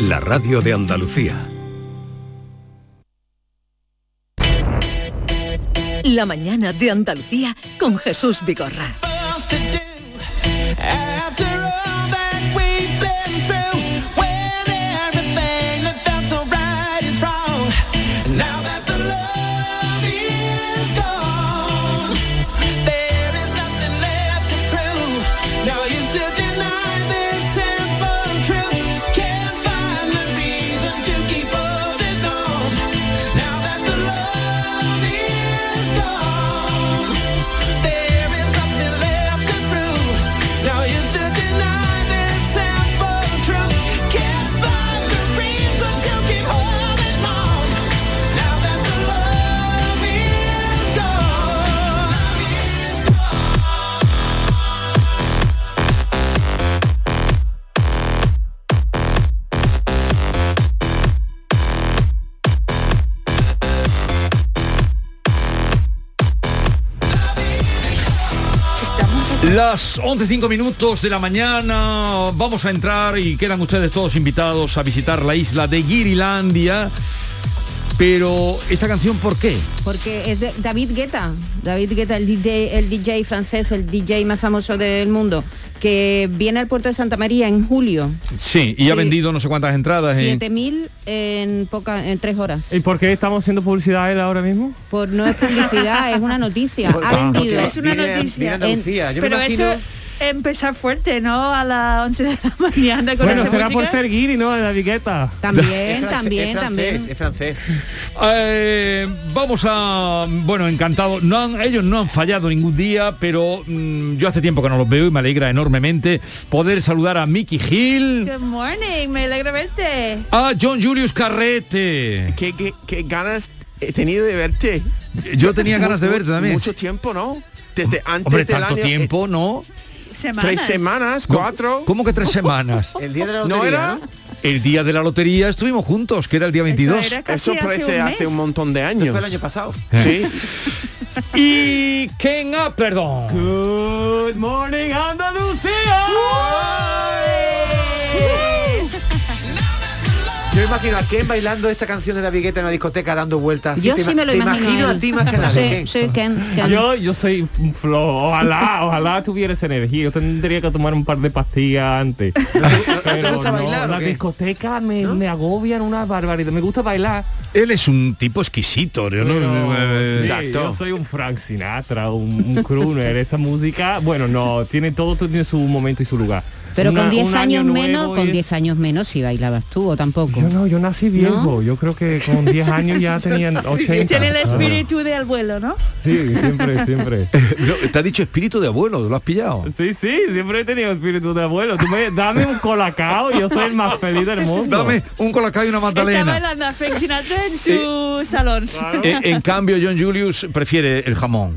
la radio de Andalucía. La mañana de Andalucía con Jesús Vigorra. Las 11.05 minutos de la mañana vamos a entrar y quedan ustedes todos invitados a visitar la isla de Girilandia. Pero esta canción, ¿por qué? Porque es de David Guetta, David Guetta, el DJ, el DJ francés, el DJ más famoso del mundo, que viene al puerto de Santa María en julio. Sí, y ha vendido no sé cuántas entradas. en- 7.000 en, poca, en tres horas. ¿Y por qué estamos haciendo publicidad a él ahora mismo? Por no es publicidad, es una noticia. Ha Ah, vendido. porque Es una viene- noticia. viene Andalucía. Yo me pero imagino- eso empezar fuerte, ¿no? A las 11 de la mañana con Bueno, esa será por música. ser guiri, ¿no? De David Guetta. También, Es francés, también, es francés, también. Es francés. Eh, vamos a... Bueno, encantado. No han- ellos no han fallado ningún día, pero mm, yo hace tiempo que no los veo y me alegra enormemente poder saludar a Mickey Hill, Good morning, me alegra verte. a John Julius Carrete. ¿Qué, qué- qué ganas he tenido de verte? Yo tenía ganas de verte también. Mucho tiempo, ¿no? Desde antes Hombre, del tanto año- eh, tiempo, ¿no? Tres semanas, cuatro. ¿Cómo que tres semanas? El día de la ¿No lotería, era? ¿no? El día de la lotería estuvimos juntos, que era el día 22. Eso, parece hace un montón de años. Fue el año pasado. Sí. Y Ken perdón. Good morning, Andalucía. Yo me imagino a Ken bailando esta canción de David Guetta en una discoteca dando vueltas. Yo te sí ima- me lo te imagino. a a él. ti más que a nadie, Sí, Ken. sí, Ken, Ken. Yo, yo soy un flojo. Ojalá, ojalá tuviera esa energía. Yo tendría que tomar un par de pastillas antes. Pero gusta no, bailar o las qué? discotecas me, me agobian una barbaridad. Me gusta bailar. Él es un tipo exquisito, yo no- pero- eh, sí, exacto. Yo soy un Frank Sinatra, un, un crooner. Esa música, bueno, no, tiene todo, tiene su momento y su lugar. Pero Una- con 10 un años año nuevo menos, y con es- 10 años menos si bailabas tú o tampoco. Yo no, yo nací viejo. Yo creo que con 10 años ya tenían 80. Tiene el Ah, espíritu de abuelo, ¿no? Sí, siempre, siempre. Eh, no, te ha dicho espíritu de abuelo, lo has pillado. Sí, sí, siempre he tenido espíritu de abuelo. Tú me, dame un colacao y yo soy el más feliz del mundo. Dame un colacao y una Está magdalena. bailando a Frank Sinatra en su salón. Eh, en cambio, John Julius prefiere el jamón.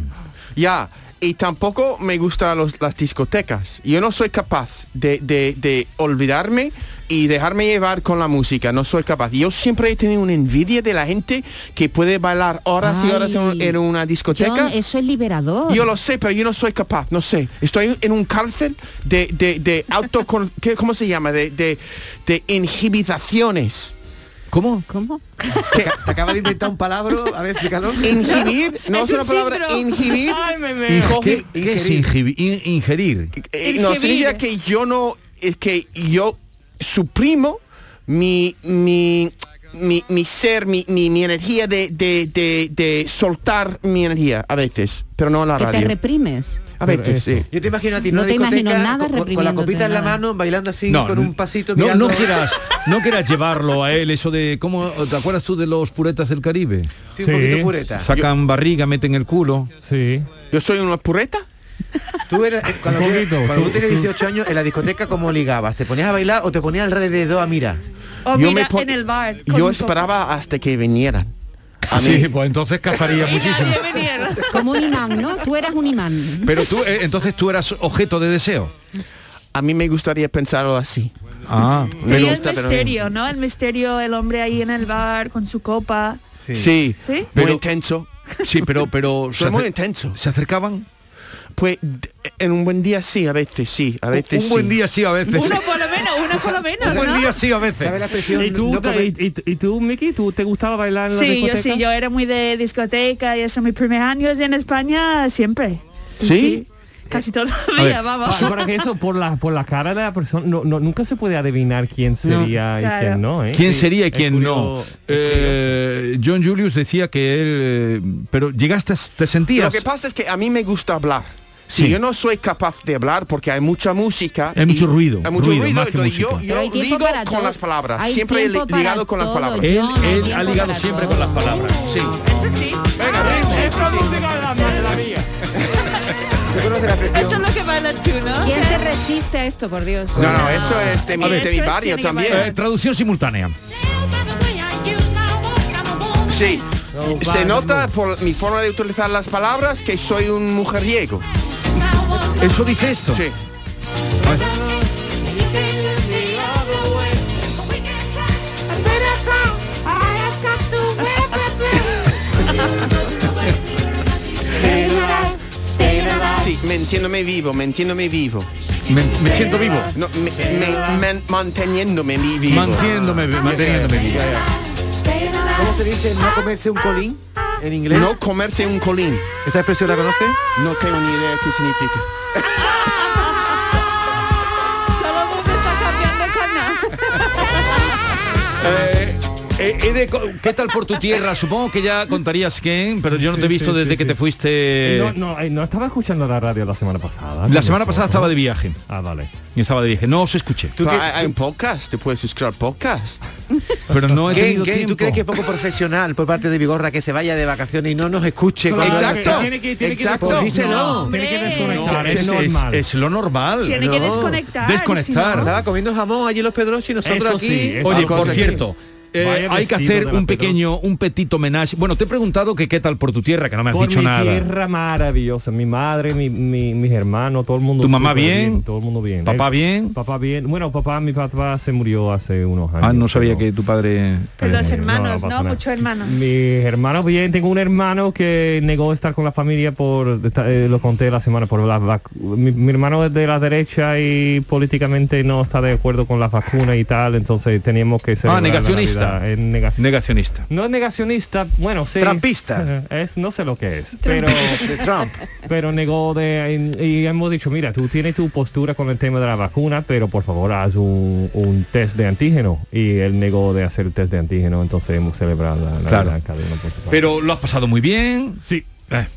Ya, y tampoco me gustan los- las discotecas. Yo no soy capaz de, de- de olvidarme y dejarme llevar con la música. No soy capaz. Yo siempre he tenido una envidia de la gente que puede bailar horas y horas en, un- Ay. en una discoteca. John, eso es liberador. Yo lo sé, pero yo no soy capaz, no sé. Estoy en un cárcel de, de, de auto... ¿Cómo se llama? De, de, de inhibizaciones. ¿Cómo? ¿Cómo? Que- Te acaba de inventar un palabra, a ver, explícalo. inhibir, no Es es una un palabra, síndrome. inhibir... Ay, me Inge- meo. Hijo. ¿Qué, qué es ingibi- in- ingerir? Eh, no, Inhibir. significa que yo no, es que yo suprimo mi, mi, mi, mi ser, mi, mi, mi energía de, de, de, de soltar mi energía a veces, pero no a la Que te radio. reprimes. A veces, sí. Yo te imagino a ti en No una te imagino discoteca nada con- con, la reprimiéndote, copita en la nada. mano, bailando así con un pasito no, no mirando. quieras, no quieras llevarlo a él, eso de cómo te acuerdas tú de los puretas del Caribe. Sí, un Sí. poquito pureta. Sacan barriga, meten el culo. Sí. Yo soy una pureta. Tú eras, eh, cuando, Un tú- poquito, cuando sí, tú tenías sí. 18 años, en la discoteca, ¿cómo ligabas? ¿Te ponías a bailar o te ponías alrededor a mirar? O yo mira, me pon- en el bar. con Yo un esperaba hasta que vinieran. A mí. Sí, pues entonces cazaría poco. Y muchísimo. nadie venía. Como un imán, ¿no? Tú eras un imán. Pero tú, eh, entonces tú eras objeto de deseo. A mí me gustaría pensarlo así. Ah, Y el gusta, pero bien. misterio, ¿no? El misterio, el hombre ahí en el bar con su copa. Sí. ¿Sí? Muy Pero- intenso. sí, pero pero Soy muy acer- intenso. se acercaban. Pues d- en un buen día sí, a veces sí, a veces un buen sí. día sí a veces. Uno por lo menos, uno menos, por lo menos, Un buen ¿no? día sí a veces. ¿Sabes la expresión? ¿Y tú, no comer- y, y- y tú, Miki, tú te gustaba bailar en la Sí, yo discoteca? sí, yo era muy de discoteca y eso, mis primeros años en España siempre. ¿Sí? Casi todos los ver, días, vamos. Pa- Para Ah, que eso, por la, por la cara de la persona, no, no- nunca se puede adivinar quién sería y Claro. quién no, ¿eh? ¿Quién Sí, sería y es quién no? curioso. Eh, John Julius decía que él... eh, pero llegaste, a- te sentías... Lo que pasa es que a mí me gusta hablar. Si Sí. yo no soy capaz de hablar porque hay mucha música. Hay mucho y- ruido, Hay mucho ruido, ruido. más que entonces yo música. yo ligo con todo. las palabras. Hay siempre he li- tiempo para ligado con las todo, palabras. Él, John, hay él ha tiempo ligado para siempre todo. con las palabras. Sí. Eso sí. Ah, eso, ¿Tú conoces la expresión? eso es lo que bailas tú, ¿no? ¿Quién se resiste a esto, por Dios? No, no, eso es de mi, A ver. de mi Eso es barrio tiene que también. Eh, traducción simultánea. Sí. No, Se va, nota no. por mi forma de utilizar las palabras que soy un mujeriego. Eso dice esto. Sí. Sí, me entiéndome vivo, me entiéndome vivo. Me, me siento vivo. No, me, me- me- manteniéndome mi vivo. Mantiéndome, manteniéndome vivo. Ya, ya. ¿Cómo se dice no comerse un colín en inglés? No comerse un colín. ¿Esa expresión la conoces? No tengo ni idea qué significa. Todo el mundo está cambiando canal. Eh, eh, he de co- ¿Qué tal por tu tierra? Supongo que ya contarías quién, pero yo no te Sí, he visto sí, desde sí, que sí. te fuiste. No, no, eh, no estaba escuchando la radio la semana pasada. La semana pasada estaba de viaje. Ah, vale. Y estaba de viaje. No os escuché. ¿Tú Pero qué- hay, hay un podcast, te puedes suscribir al podcast. Pero no he ¿Qué, tenido qué? tiempo. ¿Tú crees que es poco profesional por parte de Vigorra que se vaya de vacaciones y no nos escuche? cuando- Exacto. Tiene que- tiene que Exacto. Pues díselo. Tiene que Hombre. desconectar, es, es es- normal. es lo normal. Tiene que No. desconectar. Desconectar. si no- Estaba comiendo jamón allí los Pedroches y nosotros Eso aquí. sí, eso Oye, Ah, por correcto. cierto, eh, Vaya hay vestido que hacer de la un pequeño, un petit homenaje. Bueno, te he preguntado que qué tal por tu tierra, que no me has Por dicho mi nada. tierra maravillosa, mi madre, mi- mi- mis hermanos, todo el mundo. ¿Tu mamá súper bien? Todo el mundo bien. ¿Papá bien? Papá bien. Bueno, papá, mi papá se murió hace unos años. Ah, no sabía pero- que tu padre. Pero Pues los Eh, no, no hermanos, pasa ¿no? nada. Muchos hermanos. Mis hermanos bien, tengo un hermano que negó estar con la familia por, esta- eh, lo conté la semana, por las vacu- mi, mi hermano es de la derecha y políticamente no está de acuerdo con las vacunas y tal, entonces teníamos que ser... negacionista. Negacionista. no es negacionista, bueno, sí. Trampista. Es, no sé lo que es, pero, De Trump. pero negó de... Y hemos dicho, mira, tú tienes tu postura con el tema de la vacuna, pero por favor haz un, un test de antígeno. Y él negó de hacer el test de antígeno, entonces hemos celebrado la, la- Claro. la cadena. por supuesto. Pero lo has pasado muy bien. Sí. Eh,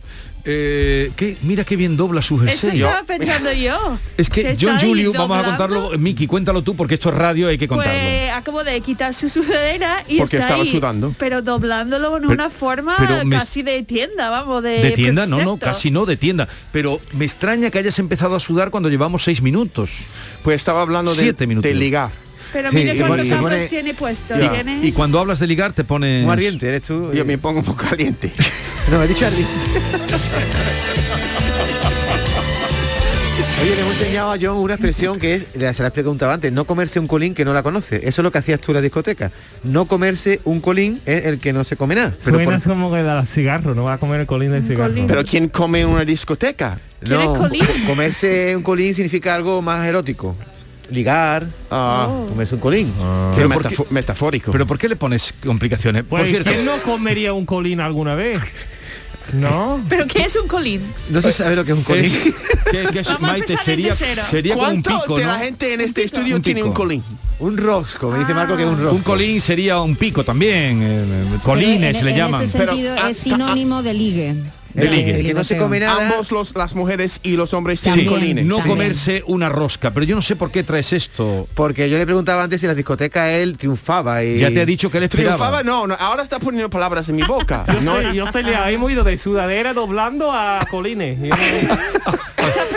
eh, ¿qué? Mira qué bien dobla su Eso jersey. estaba pensando yo. Es que está John ahí Julio, vamos a doblando. contarlo, Eh, Miki, cuéntalo tú, porque esto es radio, hay que contarlo. Pues acabo de quitar su sudadera y Porque está estaba ahí, sudando. Pero doblándolo en Pero- una forma pero me- casi de tienda, vamos, de de tienda, no, no, Pues, perfecto. casi no de tienda. Pero me extraña que hayas empezado a sudar cuando llevamos seis minutos. Pues estaba hablando de, Siete minutos. de ligar. Pero Sí, mire se cuántos pone- se zapatos pone- tiene puesto, Ya. tiene. Y cuando hablas de ligar te pones... Eh, Un ardiente, eres tú. Yo me pongo un poco caliente. No, me he dicho ardiente. Oye, le hemos enseñado a John una expresión que es, ya se la he preguntado antes, no comerse un colín que no la conoce. Eso es lo que hacías tú en la discoteca. No comerse un colín es el que no se come nada. Pero Suena por- como que da cigarro, no va a comer el colín del Un cigarro. colín. Pero ¿quién come en una discoteca? ¿Quieres colín? comerse un colín significa algo más erótico. Ligar, Ah, comerse un colín. qué Pero, ¿por qué, Ah. metafo- metafórico. pero ¿por qué le pones complicaciones? Por Pues, cierto, ¿quién no comería un colín alguna vez? ¿No? ¿Pero qué es un colín? No se sabe lo que es un colín. es- que- que es- Vamos a Maite, empezar desde sería, cero. sería como un ¿Cuánto pico, de ¿no? la gente en este estudio Un tiene un pico. colín? Ah. Un rosco, me dice Marco que es un rosco. Ah. Un colín sería un pico también. eh, Pero Colines en- le en llaman. ese Pero, sentido ah, es sinónimo de ligue. El que- ligue. el que no se come nada. Ambos, los, las mujeres y los hombres, Sí. tienen Sí, colines. no También. comerse una rosca, pero yo no sé por qué traes esto. Porque yo le preguntaba antes si en la discoteca él triunfaba y... Ya te he dicho que le esperaba. Triunfaba, no, no, ahora está poniendo palabras en mi boca. No, No, yo se le hemos ido de sudadera doblando a colines. Yo no-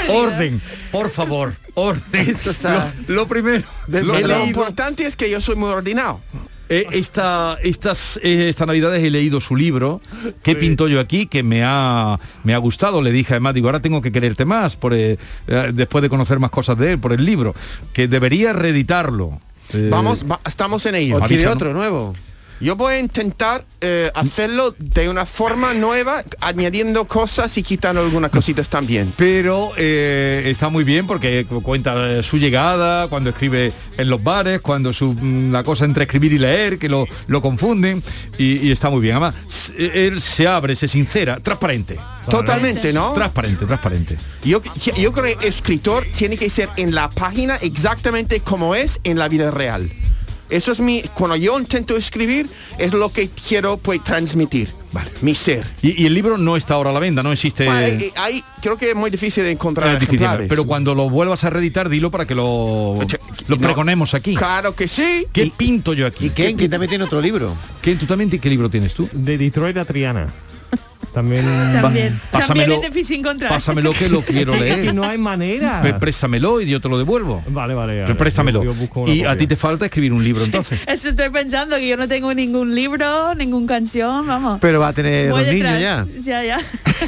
Orden, por favor, orden. Esto está- Lo, lo primero. Del lo- lo- lo leído. importante es que yo soy muy ordenado. Eh, esta, estas, eh, estas navidades he leído su libro, ¿Qué pinto yo aquí? Que me ha, me ha gustado. Le dije además, digo, ahora tengo que quererte más, por, eh, eh, después de conocer más cosas de él, por el libro, que debería reeditarlo. Eh, Vamos, va- estamos en ello. O quiere avisa, ¿no? otro nuevo. Yo voy a intentar eh, hacerlo de una forma nueva, añadiendo cosas y quitando algunas cositas también. Pero eh, está muy bien porque cu- cuenta eh, su llegada, cuando escribe en los bares, cuando su, mm, la cosa entre escribir y leer, que lo, lo confunden, y, y está muy bien. Además, s- e, él se abre, se sincera, transparente. Totalmente, ¿no? Transparente, transparente. Yo, yo creo que escritor tiene que ser en la página exactamente como es en la vida real. Eso es mi, cuando yo intento escribir, es lo que quiero pues transmitir, Vale. mi ser. Y, y el libro no está ahora a la venta, no existe... Bueno, ahí- eh, ahí creo que es muy difícil de encontrar Es difícil, ejemplares. pero cuando lo vuelvas a reeditar, dilo para que lo, Che, lo no. pregonemos aquí. Claro que sí. ¿Qué pinto yo aquí? Y Ken, que también tiene otro libro. ¿Quién, tú también, qué libro tienes tú? De Detroit a Triana. También... También. pásamelo- También es difícil encontrar. Pásamelo que lo quiero Que leer. no hay manera. Pe- préstamelo y yo te lo devuelvo. Vale, vale. vale. préstamelo. Yo- yo busco una y a copia. ti te falta escribir un libro entonces. Eso estoy pensando, que yo no tengo ningún libro, ninguna canción, vamos. Pero va a tener Voy dos niños ya. detrás. Ya, ya.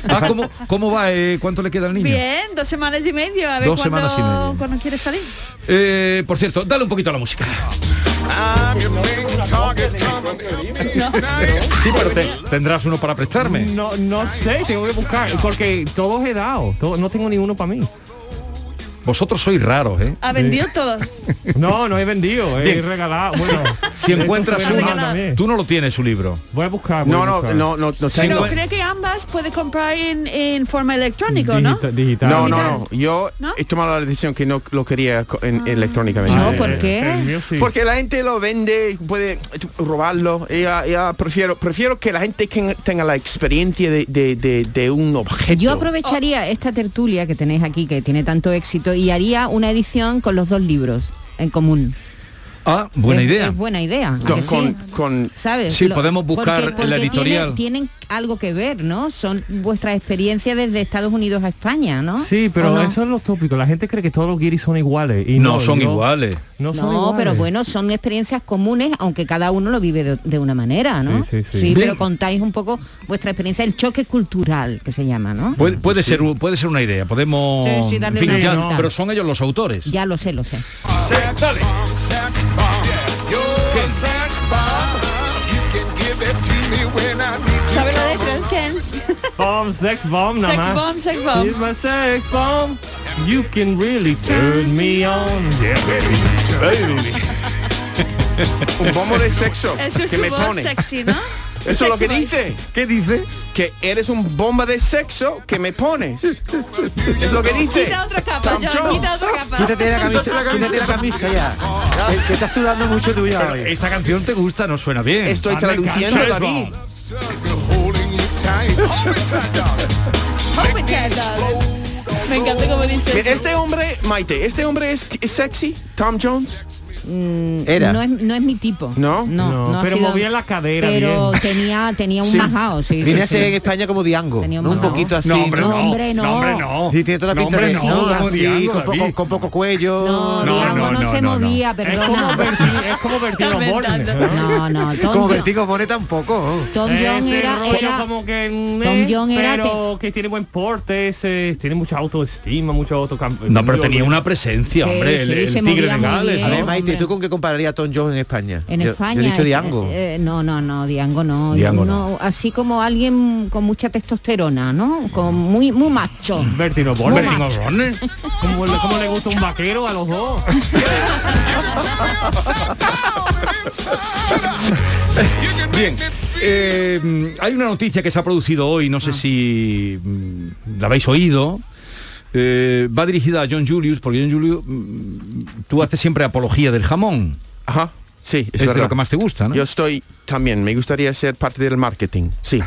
Ah, ¿cómo, cómo va? eh? ¿Cuánto le queda al niño? Bien, dos semanas y medio, a ver Dos semanas y cuándo media. cuándo quiere salir. Eh, por cierto, dale un poquito a la música. Sí, pero te- tendrás uno para prestarme. No, no sé, tengo que buscar, porque todos he dado, todo- no tengo ninguno para mí. Vosotros sois raros, ¿eh? Ha vendido todos. No, no he vendido, he Bien. regalado. Bueno, Si eso encuentras suena uno- mal también. Ah, Tú no lo tienes su libro. Voy a buscar. voy No, a no, buscar. no, no, no. Sí, pues. tengo- Pero bueno. creo que ambas puede comprar en, en forma electrónica, ¿no? Digita- Digital. No, no, no. Yo ¿No? he tomado la decisión que no lo quería co- en- electrónicamente. Ah. No, Ah, Eh, ¿por qué? el mío sí. Porque la gente lo vende, puede eh, robarlo. Ya, ya prefiero, prefiero que la gente que tenga la experiencia de, de- de- de un objeto. Yo aprovecharía esta tertulia que tenéis aquí, que tiene tanto éxito, y haría una edición con los dos libros en común. Ah, buena Es- idea. Es buena idea. ¿a con, que sí? con- con- ¿Sabes? Sí, podemos buscar porque- la porque editorial. Tienen, tienen algo que ver, ¿no? Son vuestra experiencia desde Estados Unidos a España, ¿no? Sí, pero Ah, ¿O no? esos son los tópicos. La gente cree que todos los guiris son iguales. Y No, no, son yo- iguales. No, son No, iguales. pero bueno, son experiencias comunes, aunque cada uno lo vive de, de una manera, ¿no? Sí, sí, sí. Bien. pero contáis un poco vuestra experiencia, el choque cultural que se llama, ¿no? Puede, puede ser, un- puede ser una idea. Podemos. Sí, sí, darle en fin, una ya- vuelta. pero son ellos los autores. Ya lo sé, lo sé. ¿Sabe la letra? Es Ken. Bomb, sex bomb, nada Sex más. bomb, sex bomb. Here's my sex bomb. You can really turn me on. Yeah, un bombo de sexo Eso es que tu me voz pone. sexy, ¿no? Eso es lo que Sexy voice. ¿eh? dice. ¿Qué dice? Que eres un bomba de sexo que me pones. es lo que dice. Quita otra capa, Tom John, Jones. quita otra capa. Quítate la camisa, quítate la camisa ya. Eh, Que estás sudando mucho tú ya hoy. Esta canción te gusta, no suena bien. Estoy Hazme traduciendo, caso, David. Oh, my God, darling. Me encanta como dice. Que Este hombre, Maite, ¿este hombre es, es sexy? ¿Tom Jones? Era. No es, no es mi tipo. No, no, no, no ha pero sido- movía la cadera Pero bien. tenía tenía un Sí. majao, sí. sí, Viene a sí. ser en España como Diango. Tenía un ¿no? Un mamado. poquito así. No, hombre, no, no. hombre, no. hombre, no. Sí, tiene toda la No, pinta de hombre, no, sí, como así, Diango, con, David. poco, con poco cuello. No, No, Ah, Diego no, no, no, se no, no. movía, Es como perdona. Bertino- es como Bertino Está Borne, inventando. No, ¿no? no, Como Tom, John- Bertigo Bone tampoco. Tom John Ese era, rollo era- como que mm, Tom eh, John era pero que tiene buen porte, ese, tiene mucha autoestima, mucho autocampo. No, pero tenía una presencia, Sí, hombre, el, sí, el se tigre movía de muy Gales. bien. A ¿no? ver, Maite, hombre. ¿tú con qué compararías a Tom Jones en España? en Yo- yo España. he dicho eh, Diango. eh, no, no, no, Diango no. Diango no. Así como alguien con mucha testosterona, ¿no? Con muy muy macho. Bertino Hombre, Borne. Muy Ringo Ronne. Como, le- como le gusta un vaquero a los dos. Bien, eh, hay una noticia que se ha producido hoy, Ah. no sé si mm, la habéis oído. Eh, va dirigida a John Julius, porque John Julius, mm, tú haces siempre apología del jamón. Ajá. Sí, es, Es, de verdad. lo que más te gusta, ¿no? Yo estoy también, me gustaría ser parte del marketing. Sí.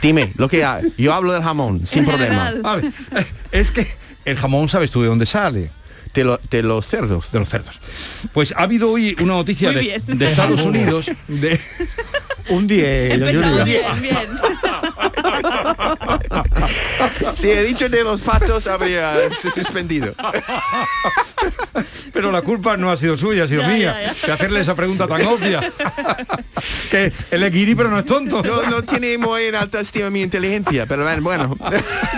Dime, lo que ha- yo hablo del jamón, sin En problema. general. A ver, eh, es que el jamón sabes tú de dónde sale, De, lo- de los cerdos. de los cerdos. Pues ha habido hoy una noticia Muy de, bien. de Estados Unidos, Eh, de, Un 10, John "Ah, Empezamos Julius. bien, bien. si he dicho de los patos, habría su- suspendido. Pero la culpa no ha sido suya, ha sido Ya, mía. ya, Que hacerle esa pregunta tan obvia. que el equilibrio no es tonto. No, no tiene muy en alta estima mi inteligencia, pero bueno, bueno.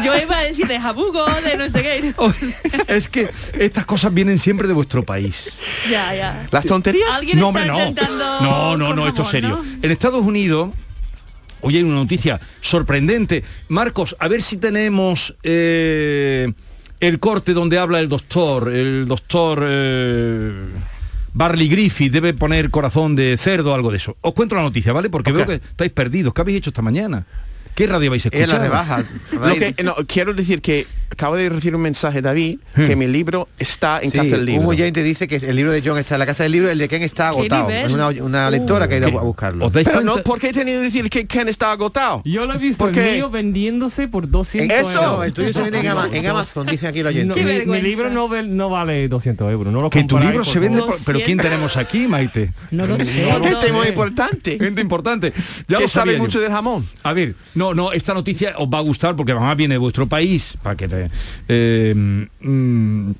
Yo iba a decir de jabugo, de no sé qué. Oye, es que estas cosas vienen siempre de vuestro país. Ya, ya. Las tonterías. Alguien no, está hombre, no. intentando... No, no, con no, esto es jamón, serio. ¿no? En Estados Unidos, hoy hay una noticia sorprendente. Marcos, a ver si tenemos eh, el corte donde habla el doctor, el doctor eh, Barley Griffith, debe poner corazón de cerdo, algo de eso. Os cuento la noticia, ¿vale? Porque Ok. veo que estáis perdidos. ¿Qué habéis hecho esta mañana? ¿Qué radio habéis Es escuchado? la rebaja. Lo que- no, quiero decir que acabo de recibir un mensaje, David, Hmm. que mi libro está en Sí, casa del un libro. oyente dice que el libro de John está en la casa del libro, el de Ken está agotado. nivel? Es una, una lectora que ha ido a buscarlo. ¿Os dais Pero cuenta? no, ¿por qué he tenido que decir que Ken está agotado? Yo lo he visto ¿Por el qué? mío vendiéndose por 200 Eso. euros. No, el tuyo se vende en, Ama- en Amazon, dice aquí el No, oyente. Qué mi- mi, vergüenza. libro no, vel- no vale 200 euros. No lo Que tu comparáis, libro por se vende favor. por- Pero ¿quién tenemos aquí, Maite? No lo sé. Porque no este es muy sé. importante. Gente importante. Ya que lo sabía sabe yo. mucho del jamón. A ver, no, no, esta noticia os va a gustar porque mamá viene de vuestro país, para que le- eh, mm,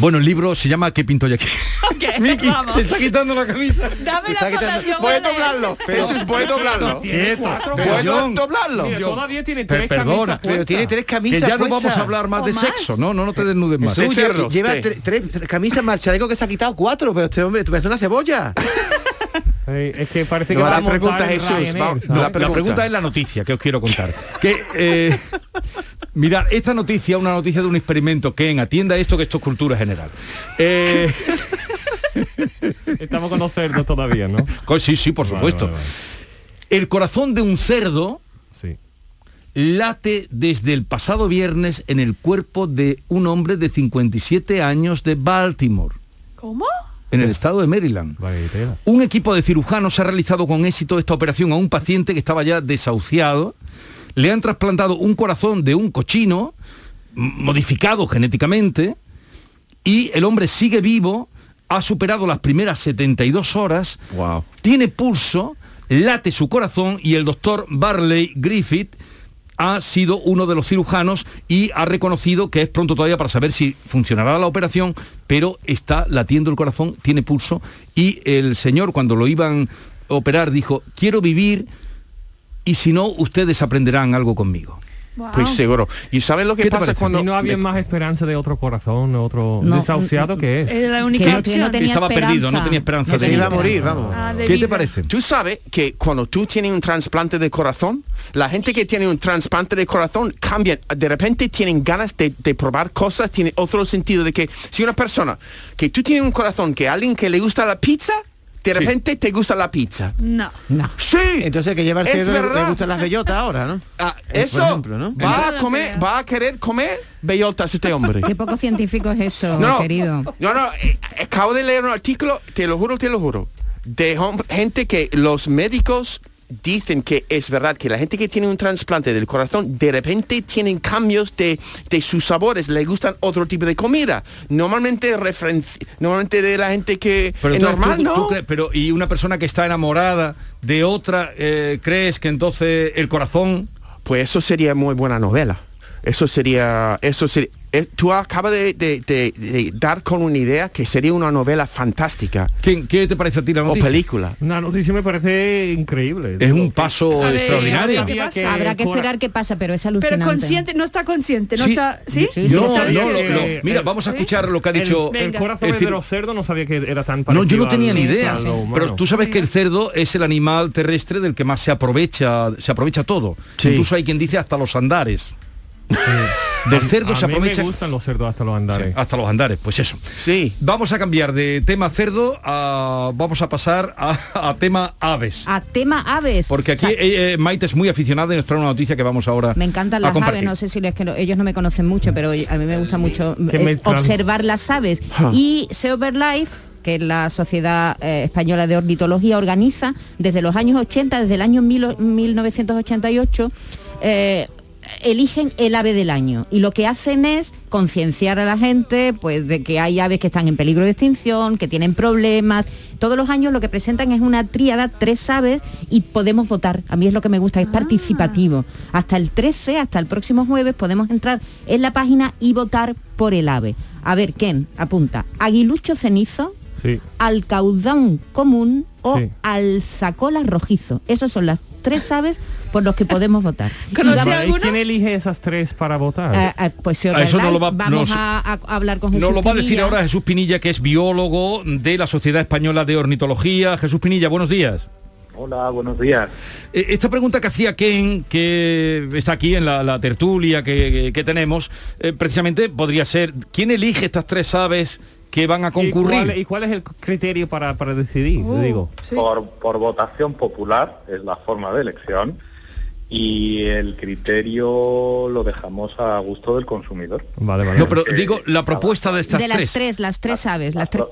bueno, el libro se llama ¿Qué pinto yo aquí? Ok, Miki, vamos. se está quitando la camisa. Dame Está la quitando- foto, yo Voy a leer. doblarlo. Eso es, voy a doblarlo. Tiene cuatro Pero cosas. yo- ¿Puedo John, doblarlo? Mira, Yo- Todavía tiene Per- tres perdona, camisas Pero puestas. tiene tres Que camisas ya no puestas. vamos a hablar más ¿O de más? sexo, no, no, no te desnudes más. Sí. Tú lle- cerros, lleva usted. tre- tres camisas más chaleco que se ha quitado cuatro, pero este hombre, tú parece una cebolla. Eh, es que parece No, que la va a montar pregunta, en Jesús, Ryanair, va- ¿sabes? No, La la, pregunta. pregunta es la noticia que os quiero contar. Que, eh, mirad, esta noticia, una noticia de un experimento que en atienda esto que esto es cultura general. Eh, Estamos con los cerdos todavía, ¿no? co- sí, sí, por supuesto. vale, vale. El corazón de un cerdo Sí. late desde el pasado viernes en el cuerpo de un hombre de 57 años de Baltimore, ¿Cómo? en el estado de Maryland. Vale, tela. Un equipo de cirujanos ha realizado con éxito esta operación a un paciente que estaba ya desahuciado. Le han trasplantado un corazón de un cochino, m- modificado genéticamente, y el hombre sigue vivo, ha superado las primeras 72 horas, Wow. tiene pulso, late su corazón y el doctor Barley Griffith ha sido uno de los cirujanos y ha reconocido que es pronto todavía para saber si funcionará la operación, pero está latiendo el corazón, tiene pulso y el señor cuando lo iban a operar dijo, quiero vivir y si no, ustedes aprenderán algo conmigo. Wow. Pues seguro. ¿Y sabes lo ¿Qué que te pasa parece? cuando... Eh, y no había más esperanza de otro corazón, otro No, desahuciado mm, que es. Era la única Que no, que opción. no tenía Estaba esperanza. perdido, no tenía esperanza No de Ah, Se tenía iba a vida. morir, vamos. Ah, de ¿Qué te vida. parece? Tú sabes que cuando tú tienes un trasplante de corazón, la gente que tiene un trasplante de corazón cambian. De repente tienen ganas de, de probar cosas, tiene otro sentido de que si una persona que tú tienes un corazón que a alguien que le gusta la pizza, de repente te gusta la pizza. No. No. Sí. Entonces el que lleva este el Es cerdo le- le verdad. gustan las bellotas ahora, ¿no? Ah, Eh, eso por ejemplo, ¿no? va a Entonces- comer, va a querer comer bellotas este hombre. Qué poco científico es eso, No, querido. No, no, eh, acabo de leer un artículo, te lo juro, te lo juro, de hom- gente que los médicos dicen que es verdad que la gente que tiene un trasplante del corazón de repente tienen cambios de, de sus sabores, le gustan otro tipo de comida. Normalmente referen- normalmente de la gente que Pero es entonces, normal, tú- ¿no? tú crees- pero y una persona que está enamorada de otra, eh, ¿crees que entonces el corazón Pues eso sería muy buena novela. Eso sería, eso sería, eh, tú acabas de, de- de- de dar con una idea que sería una novela fantástica ¿Quién- ¿Qué te parece a ti la o noticia? película. Una noticia me parece increíble. Es digo, un que- paso A ver, extraordinario. ¿qué pasa? Eh, Habrá que cora- esperar qué pasa, pero es alucinante. Pero consciente, no está consciente, no Sí. está... ¿Sí? Sí, sí, No, sí, ¿Sabes sí. no, qué? lo- lo- Eh, mira, eh, vamos a escuchar lo que ha el- dicho. El, Venga. corazón Es decir- de los cerdos no sabía que era tan No, yo parecido no tenía al- ni idea. a lo humano. Pero tú sabes que el cerdo es el animal terrestre del que más se aprovecha, se aprovecha todo. Sí. Incluso hay quien dice hasta los andares. Del cerdo a se mí aprovecha me gustan los cerdos hasta los Sí, andares. hasta los andares, pues eso. Sí. Vamos a cambiar de tema cerdo a vamos a pasar a, a tema aves. A tema aves. Porque O aquí sea, eh, eh, Maite es muy aficionada y nos trae una noticia que vamos ahora me encantan a las aves, compartir. no sé si es que no- ellos no me conocen mucho, pero a mí me gusta mucho Que eh, me tra- observar las aves. Ja. Y Silverlife, que es la Sociedad eh, Española de Ornitología, organiza desde los años 80, desde el año mil o- 1988, eh, eligen el ave del año y lo que hacen es concienciar a la gente pues de que hay aves que están en peligro de extinción, que tienen problemas. Todos los años lo que presentan es una tríada, tres aves y podemos votar. A mí es lo que me gusta, es participativo. Hasta el 13, hasta el próximo jueves podemos entrar en la página y votar por el ave. A ver, Ken, apunta. Aguilucho cenizo, Sí. al caudón común o Sí. al zacola rojizo. Esas son las tres aves por los que podemos votar. Y ¿Conoce vamos- alguno? ¿Quién elige esas tres para votar? Ah, ah, pues si os Ah, eso no recordáis, lo va- vamos no, a, a- a hablar con Jesús Nos lo va a decir Pinilla. ahora Jesús Pinilla, que es biólogo de la Sociedad Española de Ornitología. Jesús Pinilla, buenos días. Hola, buenos días. Eh, Esta pregunta que hacía Ken, que está aquí en la, la tertulia que, que tenemos, eh, precisamente podría ser, ¿quién elige estas tres aves que van a ¿Y cuál, concurrir? y cuál es el criterio para, para decidir? Uh, digo. sí. Por, por votación popular es la forma de elección y el criterio lo dejamos a gusto del consumidor. Vale, vale. No, pero digo, la propuesta de estas Ah, de las tres. las tres aves, las tres.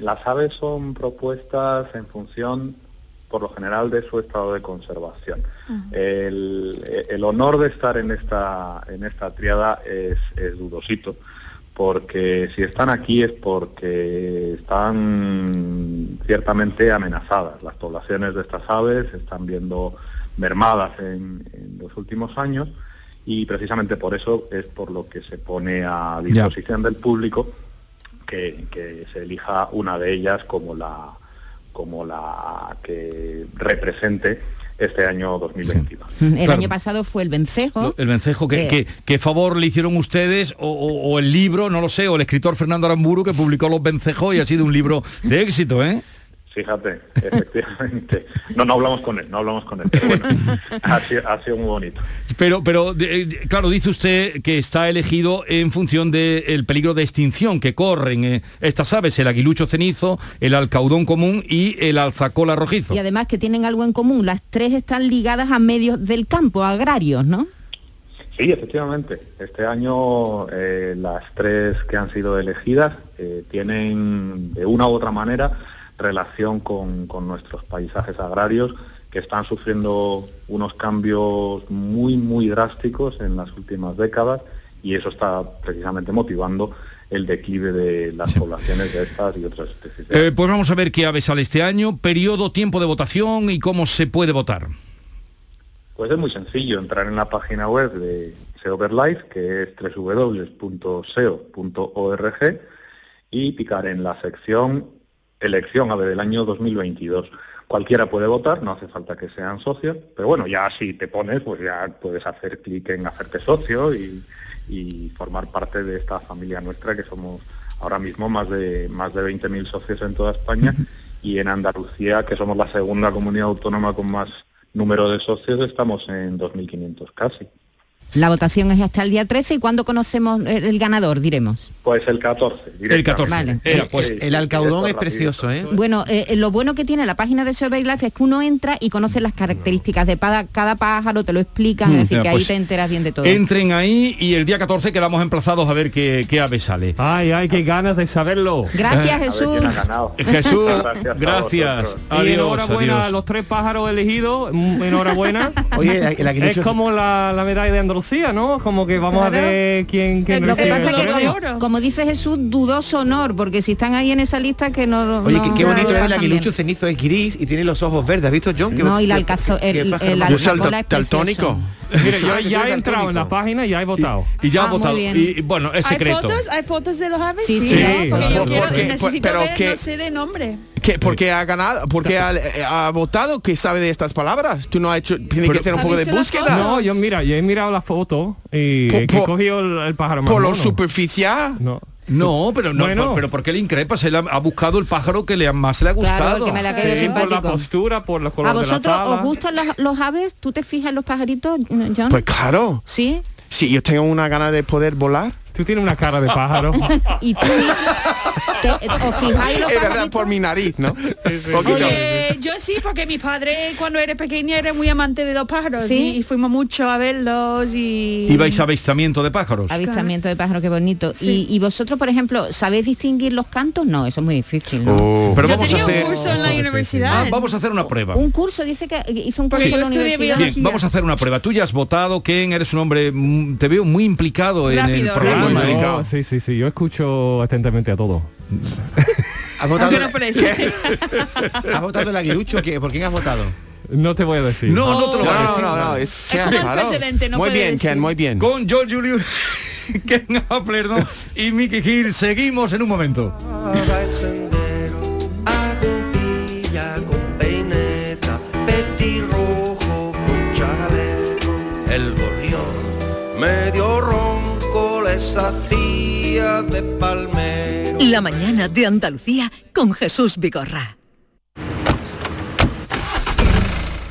Las aves son propuestas en función, por lo general, de su estado de conservación. Eh, El, el honor de estar en esta, en esta triada es, es dudosito, porque si están aquí es porque están ciertamente amenazadas. Las poblaciones de estas aves se están viendo mermadas en, en los últimos años y precisamente por eso es por lo que se pone a disposición del público que, que se elija una de ellas como la como la que represente este año 2022. Mm, El ah, Claro. año pasado fue el vencejo. El vencejo, ¿qué, Eh. qué- qué favor le hicieron ustedes? O, o- o el libro, no lo sé, o el escritor Fernando Aramburu que publicó Los vencejos y ha sido un libro de éxito, ¿eh? Fíjate, efectivamente. No, no hablamos con él, no hablamos con él. Pero bueno, ha sido, ha sido muy bonito. Pero, pero de- eh, claro, dice usted que está elegido en función del peligro de extinción que corren eh, estas aves, el aguilucho cenizo, el alcaudón común y el alzacola rojizo. Eh, Y además que tienen algo en común, las tres están ligadas a medios del campo, agrarios, ¿no? Sí, efectivamente. Este año eh, las tres que han sido elegidas eh, tienen de una u otra manera relación con, con nuestros paisajes agrarios que están sufriendo unos cambios muy, muy drásticos en las últimas décadas y eso está precisamente motivando el declive de las poblaciones de estas y otras especies. Eh, pues vamos a ver qué ave sale este año, periodo, tiempo de votación y cómo se puede votar. Pues es muy sencillo, entrar en la página web de SeoverLife, que es www.seo.org, y picar en la sección Elección AVE del año 2022. Cualquiera puede votar, no hace falta que sean socios, pero bueno, ya si te pones, pues ya puedes hacer clic en hacerte socio y, y formar parte de esta familia nuestra, que somos ahora mismo más de, más de 20.000 socios en toda España y en Andalucía, que somos la segunda comunidad autónoma con más número de socios, estamos en 2.500 casi. La votación es hasta el día 13 y cuando conocemos el, el ganador, diremos. Pues el 14. El 14. Vale. Era, pues, Sí, El alcaudón sí, es rapidito. precioso, ¿eh? Bueno, eh, lo bueno que tiene la página de Survey Life es que uno entra y conoce las características de pada- cada pájaro, te lo explican, Mm, es decir, ya, que ahí pues, te enteras bien de todo. entren ahí y el día 14 quedamos emplazados a ver qué, qué ave sale. Eh, Ay, ay, qué ganas de saberlo. Gracias, A ver Jesús. quién ha ganado. Jesús, Gracias a gracias. vosotros. y Adiós, enhorabuena a adiós. los tres pájaros elegidos. mm, Enhorabuena. Oye, el- el es aguilucho... como la, la medalla de Andalucía, ¿no? Como que vamos a Claro. ver quién, quién Lo que recibe pasa el es que premio. como, como dice Jesús, dudoso honor, porque si están ahí en esa lista que no... Oye, no- qué, qué no bonito es lo el pasan aguilucho bien. cenizo, es gris y tiene los ojos verdes. ¿Has visto, John? Qué- No, y el qué- alcazo- qué el- pájaro el más Yo bonito. alcazo- soy Coca-Cola es tal- taltónico. Mira, yo Yo ya soy he entrado en la daltónico. página y ya he votado. Y ya Ah, ha votado. muy bien. Y, y, bueno, es ¿Hay secreto. fotos? ¿Hay fotos de los aves? Sí, sí, Sí, ¿no? Porque Porque yo claro. quiero, Porque- pues, necesito pero ver, que- no sé de nombre. ¿Qué, porque ha ganado, porque ha, ha votado, que sabe de estas palabras. Tú no has hecho, tiene que hacer un ¿Ha poco de visto la búsqueda. foto? No, yo mira, yo he mirado la foto y Por- es que he por- cogido el, el pájaro más por lo mono. superficial. No. No, pero no, Bueno. por- pero porque le increpas, él ha, ha buscado el pájaro que le ha- más le ha Claro, gustado. que me la quedo Sí, por la simpático. postura, por los ¿A colores de vosotros la sala. os gustan las- los aves? ¿Tú te fijas en los pajaritos, John? Pues claro, ¿Sí? si yo tengo una gana de poder volar, Tú tienes una cara de pájaro. y tú te- os fijáis los Es verdad, pajaritos? por mi nariz, ¿no? Poquito. Oye, Eh, yo sí, porque mi padre cuando era pequeña era muy amante de los pájaros Sí. y, y fuimos mucho a verlos y... Ibais a avistamiento de pájaros. Avistamiento de pájaro, qué bonito. Sí. Y, y vosotros, por ejemplo, ¿sabéis distinguir los cantos? No, eso es muy difícil. ¿no? Oh. Pero Yo vamos a tenía hacer un curso en la universidad. Ah, vamos a hacer una prueba. Un curso, dice que hizo un curso Porque en la yo estudié universidad. Bien, biología. vamos a hacer una prueba. Tú ya has votado, Ken, eres un hombre, mm, te veo muy implicado en el Rápido, programa. muy yo- bien. delicado. sí, sí, sí. Yo escucho atentamente a todo. ¿Has Aunque votado, no parece. ¿Has votado el aguilucho? ¿Qué- ¿Por quién has votado? No te voy a decir. No, no te lo No, voy a no, decir. no, no, es, Ken, como el claro. presidente, no Muy puede bien, decir. Ken, muy bien. Con George Julius, Ken Apler ¿no? y Mickey Hill. Seguimos en un momento. Estaba el sendero a copilla con peineta, petirrojo con chaleco, el gorrión medio ronco les hacía de palmero. La mañana de Andalucía con Jesús Vigorra.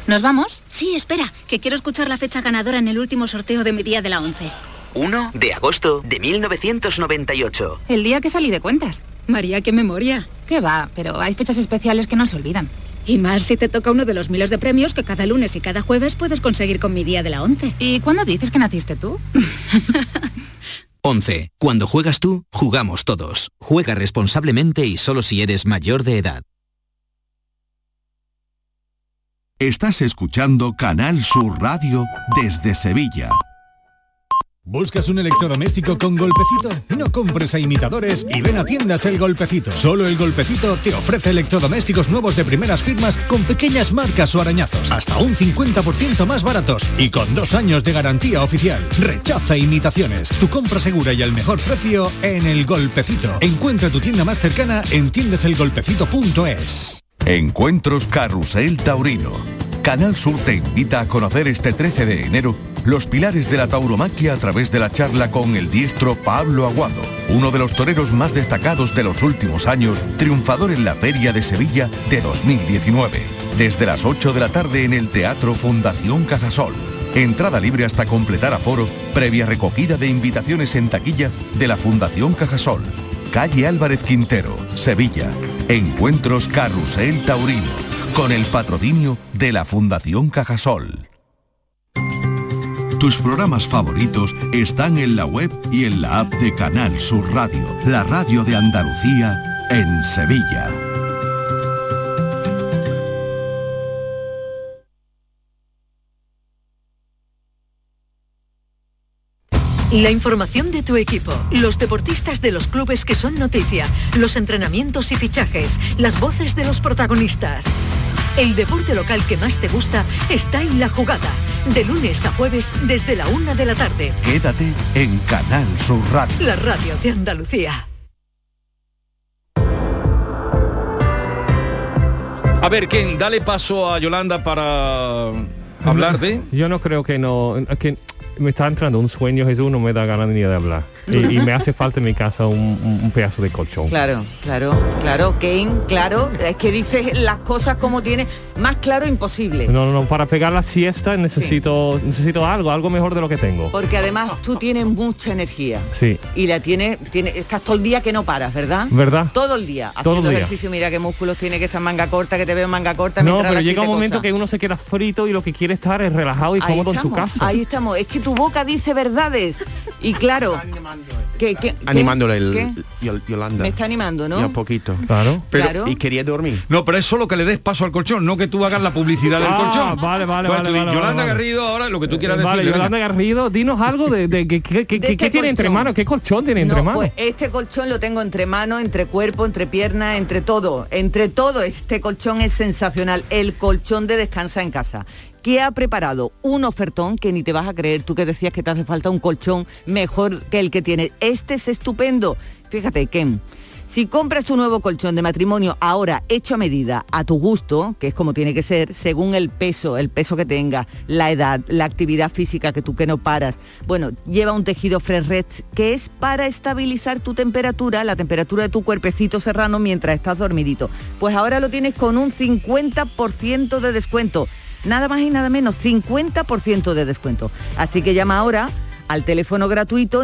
¿Nos vamos? Sí, espera, que quiero escuchar la fecha ganadora en el último sorteo de mi día de la 11. 1 de agosto de 1998. El día que salí de cuentas. María, qué memoria. Que va, pero hay fechas especiales que no se olvidan. Y más si te toca uno de los miles de premios que cada lunes y cada jueves puedes conseguir con mi día de la 11. ¿Y cuándo dices que naciste tú? 11. Cuando juegas tú, jugamos todos. Juega responsablemente y solo si eres mayor de edad. Estás escuchando Canal Sur Radio desde Sevilla. ¿Buscas un electrodoméstico con golpecito? No compres a imitadores y ven a tiendas El Golpecito. Solo El Golpecito te ofrece electrodomésticos nuevos de primeras firmas con pequeñas marcas o arañazos, hasta un 50% más baratos y con dos años de garantía oficial. Rechaza imitaciones. Tu compra segura y al mejor precio en El Golpecito. Encuentra tu tienda más cercana en tiendaselgolpecito.es. Encuentros Carrusel Taurino. Canal Sur te invita a conocer este 13 de enero los pilares de la tauromaquia a través de la charla con el diestro Pablo Aguado, uno de los toreros más destacados de los últimos años, triunfador en la Feria de Sevilla de 2019. Desde las 8 de la tarde en el Teatro Fundación Cajasol. Entrada libre hasta completar aforo, previa recogida de invitaciones en taquilla de la Fundación Cajasol. Calle Álvarez Quintero, Sevilla. Encuentros Carrusel Taurino, con el patrocinio de la Fundación Cajasol. Tus programas favoritos están en la web y en la app de Canal Sur Radio, la radio de Andalucía en Sevilla. La información de tu equipo, los deportistas de los clubes que son noticia, los entrenamientos y fichajes, las voces de los protagonistas. El deporte local que más te gusta está en la jugada, de lunes a jueves desde la una de la tarde. Quédate en Canal Sur Radio. La radio de Andalucía. A ver, Ken, dale paso a Yolanda para hablar de... Yo no creo que no... es que me está entrando un sueño, Jesús, no me da ganas ni de hablar. Y, y me hace falta en mi casa un, un- un pedazo de colchón. Claro, claro, claro, Kane, claro. Es que dices las cosas como tiene. Más claro imposible. No, no, no, para pegar la siesta necesito necesito algo, algo mejor de lo que tengo. Porque además tú tienes mucha energía. Sí, Y la tienes, tiene, estás todo el día que no paras, ¿verdad? ¿verdad? Todo el día. Todo Haciendo el día. ejercicio, mira qué músculos tiene que estar manga corta, que te veo en manga corta. No, mientras pero las llega un siete momento cosas. que uno se queda frito y lo que quiere estar es relajado y Ahí cómodo en su estamos, casa. Ahí estamos. Es que tu boca dice verdades. Y claro. que, que- Animándole el, ¿qué? Yol- Yolanda. Me está animando, Ya ¿no? un poquito. Claro. Claro. Y quería dormir. No, pero es solo que le des paso al colchón, no que tú hagas la publicidad del Ah, colchón. vale, vale, Pues vale, tú di- vale, Yolanda vale, vale. Garrido, ahora lo que tú quieras vale, decir. Yolanda Garrido, dinos algo de, de- que- que- que- De que- este qué tiene entre colchón. manos, qué colchón tiene entre No, manos. pues este colchón lo tengo entre mano, entre cuerpo, entre pierna, entre todo. Entre todo, este colchón es sensacional. El colchón de descansa en casa. Que ha preparado un ofertón que ni te vas a creer. Tú que decías que te hace falta un colchón mejor que el que tienes. Este es estupendo. Fíjate, Ken. Si compras tu nuevo colchón de matrimonio ahora hecho a medida, a tu gusto, que es como tiene que ser, según el peso, el peso que tengas, la edad, la actividad física que tú que no paras, bueno, lleva un tejido Fresh que es para estabilizar tu temperatura, la temperatura de tu cuerpecito serrano mientras estás dormidito. Pues ahora lo tienes con un 50% de descuento. Nada más y nada menos, 50% de descuento. Así que llama ahora al teléfono gratuito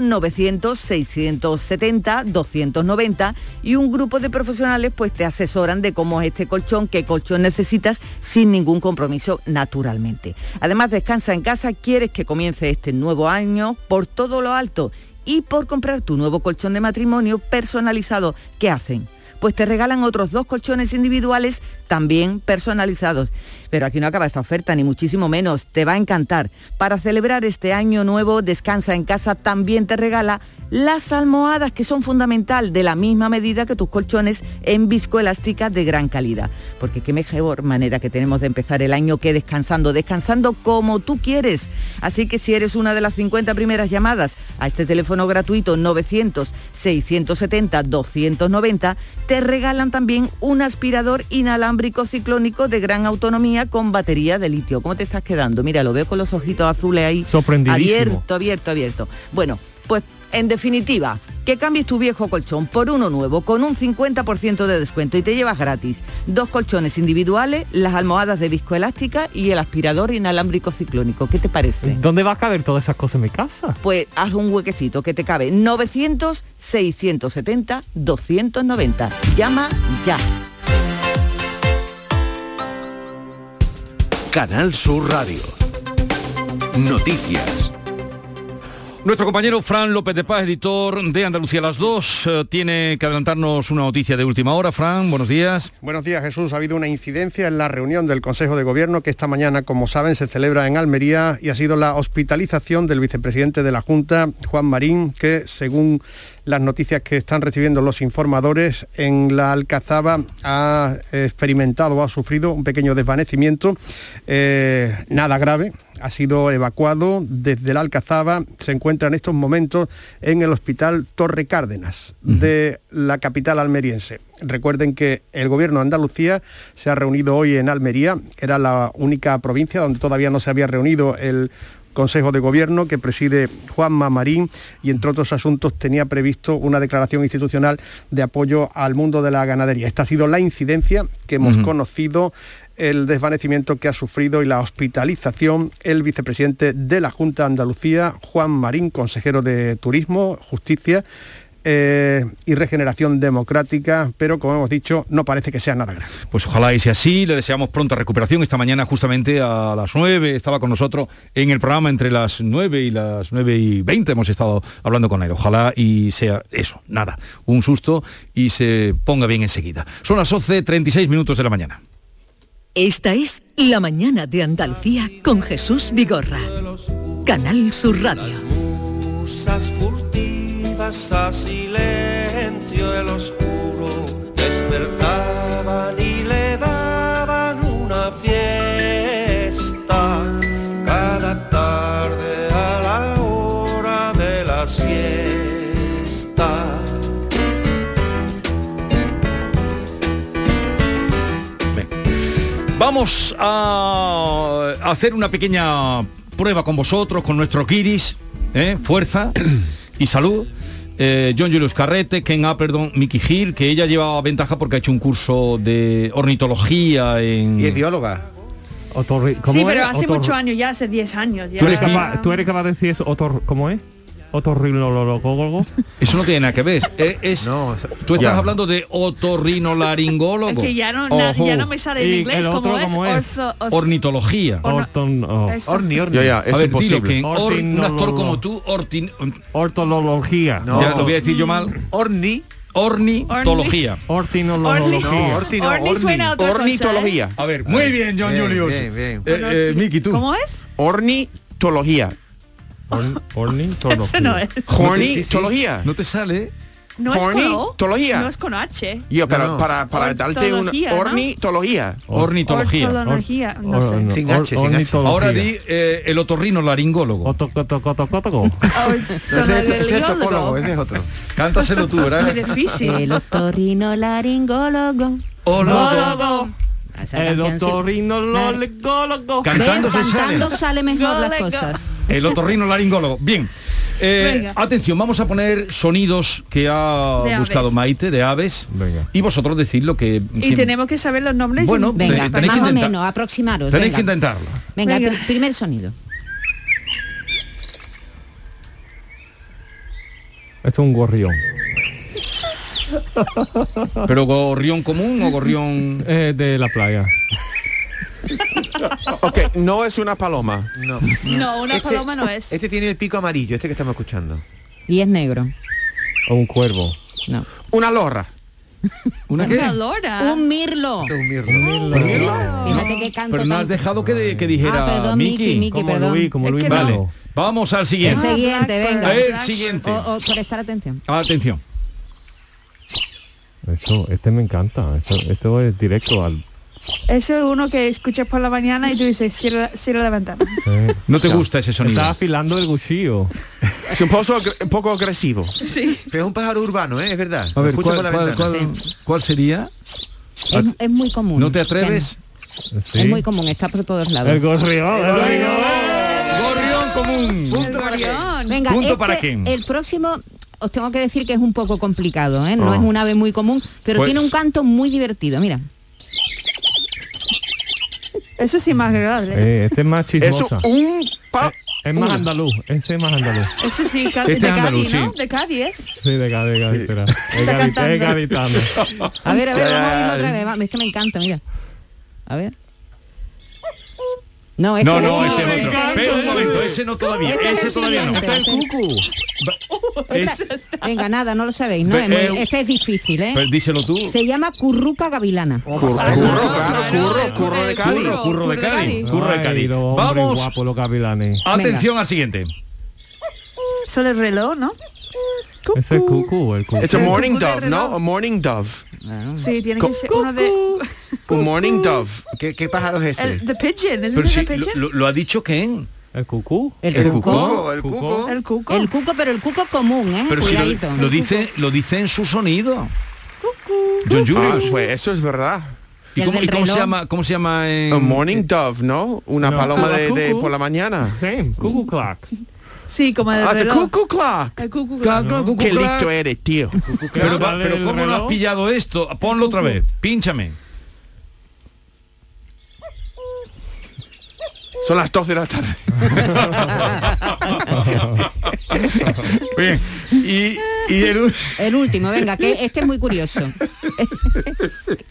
900-670-290 y un grupo de profesionales pues te asesoran de cómo es este colchón, qué colchón necesitas sin ningún compromiso naturalmente. Además, descansa en casa, quieres que comience este nuevo año por todo lo alto y por comprar tu nuevo colchón de matrimonio personalizado, ¿qué hacen? Pues te regalan otros dos colchones individuales también personalizados. Pero aquí no acaba esta oferta, ni muchísimo menos. Te va a encantar. Para celebrar este año nuevo, Descansa en Casa también te regala las almohadas, que son fundamental, de la misma medida que tus colchones en viscoelástica de gran calidad. Porque qué mejor manera que tenemos de empezar el año que descansando, descansando como tú quieres. Así que si eres una de las 50 primeras llamadas a este teléfono gratuito 900-670-290, te regalan también un aspirador inalámbrico ciclónico de gran autonomía con batería de litio. ¿Cómo te estás quedando? Mira, lo veo con los ojitos azules ahí. Sorprendidísimo. Abierto, abierto, abierto. Bueno, pues en definitiva, que cambies tu viejo colchón por uno nuevo con un 50% de descuento y te llevas gratis dos colchones individuales, las almohadas de viscoelástica y el aspirador inalámbrico ciclónico. ¿Qué te parece? ¿Dónde va a caber todas esas cosas en mi casa? Pues haz un huequecito que te cabe. 900 670 290. Llama ya. Canal Sur Radio. Noticias. Nuestro compañero Fran López de Paz, editor de Andalucía Las Dos, eh, tiene que adelantarnos una noticia de última hora. Fran, buenos días. Buenos días, Jesús. Ha habido una incidencia en la reunión del Consejo de Gobierno que esta mañana, como saben, se celebra en Almería y ha sido la hospitalización del vicepresidente de la Junta, Juan Marín, que según las noticias que están recibiendo los informadores en la Alcazaba ha experimentado o ha sufrido un pequeño desvanecimiento, eh, nada grave, ha sido evacuado desde la Alcazaba, se encuentra en estos momentos en el hospital Torre Cárdenas de la capital almeriense. Recuerden que el gobierno de Andalucía se ha reunido hoy en Almería, era la única provincia donde todavía no se había reunido el Consejo de Gobierno que preside Juanma Marín y entre otros asuntos tenía previsto una declaración institucional de apoyo al mundo de la ganadería. Esta ha sido la incidencia que hemos Ujú. conocido el desvanecimiento que ha sufrido y la hospitalización el vicepresidente de la Junta de Andalucía, Juan Marín, consejero de Turismo, Justicia eh, y Regeneración Democrática, pero como hemos dicho, no parece que sea nada grave. Pues ojalá y sea así, le deseamos pronta recuperación. Esta mañana justamente a las 9 estaba con nosotros en el programa entre las 9 y las 9 y 20 hemos estado hablando con él. Ojalá y sea eso, nada, un susto y se ponga bien enseguida. Son las 11.36 minutos de la mañana. Esta es La mañana de Andalucía con Jesús Vigorra. Canal Sur Radio. Musas furtivas a silencio el oscuro despertaban y le daban una fiesta cada tarde a la hora de la siesta. Vamos a hacer una pequeña prueba con vosotros, con nuestro Kiris, ¿eh? fuerza y salud. Eh, John Julius Carrete, Ken Appleton, Mickey Hill, que ella lleva ventaja porque ha hecho un curso de ornitología en... Y es bióloga. sí, pero hace muchos años, ya hace 10 años. Tú Ya. eres Ya. capaz- ¿Tú eres capaz de decir eso? Otor- ¿Cómo es? Otorrinolaringólogo. Eso no tiene nada que ver. Es, es- tú estás hablando de otorrinolaringólogo. Es que ya no- na- ya no me sale en Y inglés, el ¿cómo otro es? cómo Orzo- orzo- Ornitología. Eso. Orni, orni. Ya, ya, A es ver, dilo, imposible. Ken. Or- un actor Ortinolo- como tú, ortin... Ortología. Ya lo voy a decir yo mal. Orni. Ornitología. Ortinología. Ornitología. ¿eh? A ver, muy bien, John bien, Julius. bien, bien. Eh, eh, Miki, tú. ¿Cómo es? Ornitología. Ornitología. Eso no es. Ornitología. No te sale. No es con O, Ornitología. No es con H. Yo, pero para, para darte una Ortología, ¿no? ornitología. Ornitología. Ortología, no sé. Sin H, sin H. Ahora di eh, el otorrino laringólogo. este, ese es otro. Cántaselo tú, ¿verdad? El otorrinolaringólogo. Ólogo. Esa El canción sí. otorrinolaringólogo. Cantando se Cantando sale. sale mejor las cosas. El otorrino laringólogo. Bien. Eh, atención, vamos a poner sonidos que ha De aves. buscado Maite de aves. Y vosotros decid lo que. Y quién- tenemos que saber los nombres. Bueno, y- te- más tenéis que o intentar- menos, aproximaros. Tenéis venga. que intentarlo. Venga, Venga. pr- primer sonido. Esto es un gorrión. ¿Pero gorrión común o gorrión...? Eh, de la playa. ok, no es una paloma. No. No, una paloma no es. Este tiene el pico amarillo, este que estamos escuchando. Y es negro. O un cuervo. No. Una lorra. ¿Una qué? lora. Un mirlo. Un mirlo. ¿Un mirlo? Fíjate que canto Pero no has tan- dejado que, de- que dijera Ah, perdón, Miki, Miki. Miki, Como perdón. Luis, como Es Luis que Bravo. Vale, vamos al El siguiente. siguiente, venga. El siguiente. O- o prestar atención. Atención. Esto, este me encanta. Esto, esto es directo al. Ese es uno que escuchas por la mañana y tú dices, cierra, cierra la ventana. No te gusta ese sonido. Está afilando el cuchillo. Es un poco, agre- un poco agresivo. Sí. Pero es un pájaro urbano, ¿eh? Es verdad. A Lo ver, escucho ¿cuál, por la cuál- ventana. cuál- cuál sería? Es, es muy común. ¿No te atreves? Es muy común, está por todos lados. El gorrión. El Gorrión común. Punto para qué. Venga, Punto este, para quién. el próximo os tengo que decir que es un poco complicado, ¿eh? No Ah. es un ave muy común, pero Pues- tiene un canto muy divertido, mira. Eso sí es más agradable. Eh, este es más Eso, chismosa. un pa- Es más andaluz. Ese es más andaluz. Eso sí, ca- Este de es andaluz, Cádiz, ¿no? sí. De Cádiz es. Sí, de Cádiz, de Cádiz, espera. Es Está Cádiz- cantando. es gaditano. A ver, a ver, vamos a oírlo otra Ay. vez, vamos, es que me encanta, mira. A ver. No, este no, es no, el ese es siguiente. otro. Pero un momento, ¿eh? ese no todavía. Este es Ese el todavía no. siguiente. Otra- Venga, nada, no lo sabéis, ¿no? Ve- Es muy- eh, este es difícil, ¿eh? Pero Pues díselo tú. Se llama curruca gavilana. Oh, Curro, claro, curro, curro de Cádiz. Curro, curro de Cádiz. Curro de Ay, Cádiz. los hombres Vamos. guapos, los gavilanes. Atención al siguiente. Solo el reloj, ¿no? Ese es cucú, el cucú. It's a morning Cucú de dove, ¿no? reloj. A morning dove. Sí, tiene Cu- que ser uno de... Un morning dove. ¿Qué, qué pájaro es ese? El, the pigeon, ¿es Pero el sí, pigeon? lo, lo ha dicho Ken. El cucú. El, El cuco. cuco, el cuco. el cuco. El cuco, pero el cuco común, ¿eh? Pero si lo, Cuidadito. lo dice, lo dice en su sonido. John Ah, Julius. pues eso es verdad. ¿Y el cómo, del y cómo se reloj. llama? ¿Cómo se llama en A morning dove, ¿no? Una No. paloma de, de Cucú. por la mañana. Same, cucú clack. Sí, como el Ah, the reloj. cuckoo clock. El cuco. Claro, claro, cucú, Qué claro. listo eres, tío. Pero, va- Sale pero el ¿cómo no has reloj. pillado esto? Ponlo otra vez. Pínchame. Son las 2 de la tarde. Bien. Y, y el u- El último, venga, que este es muy curioso.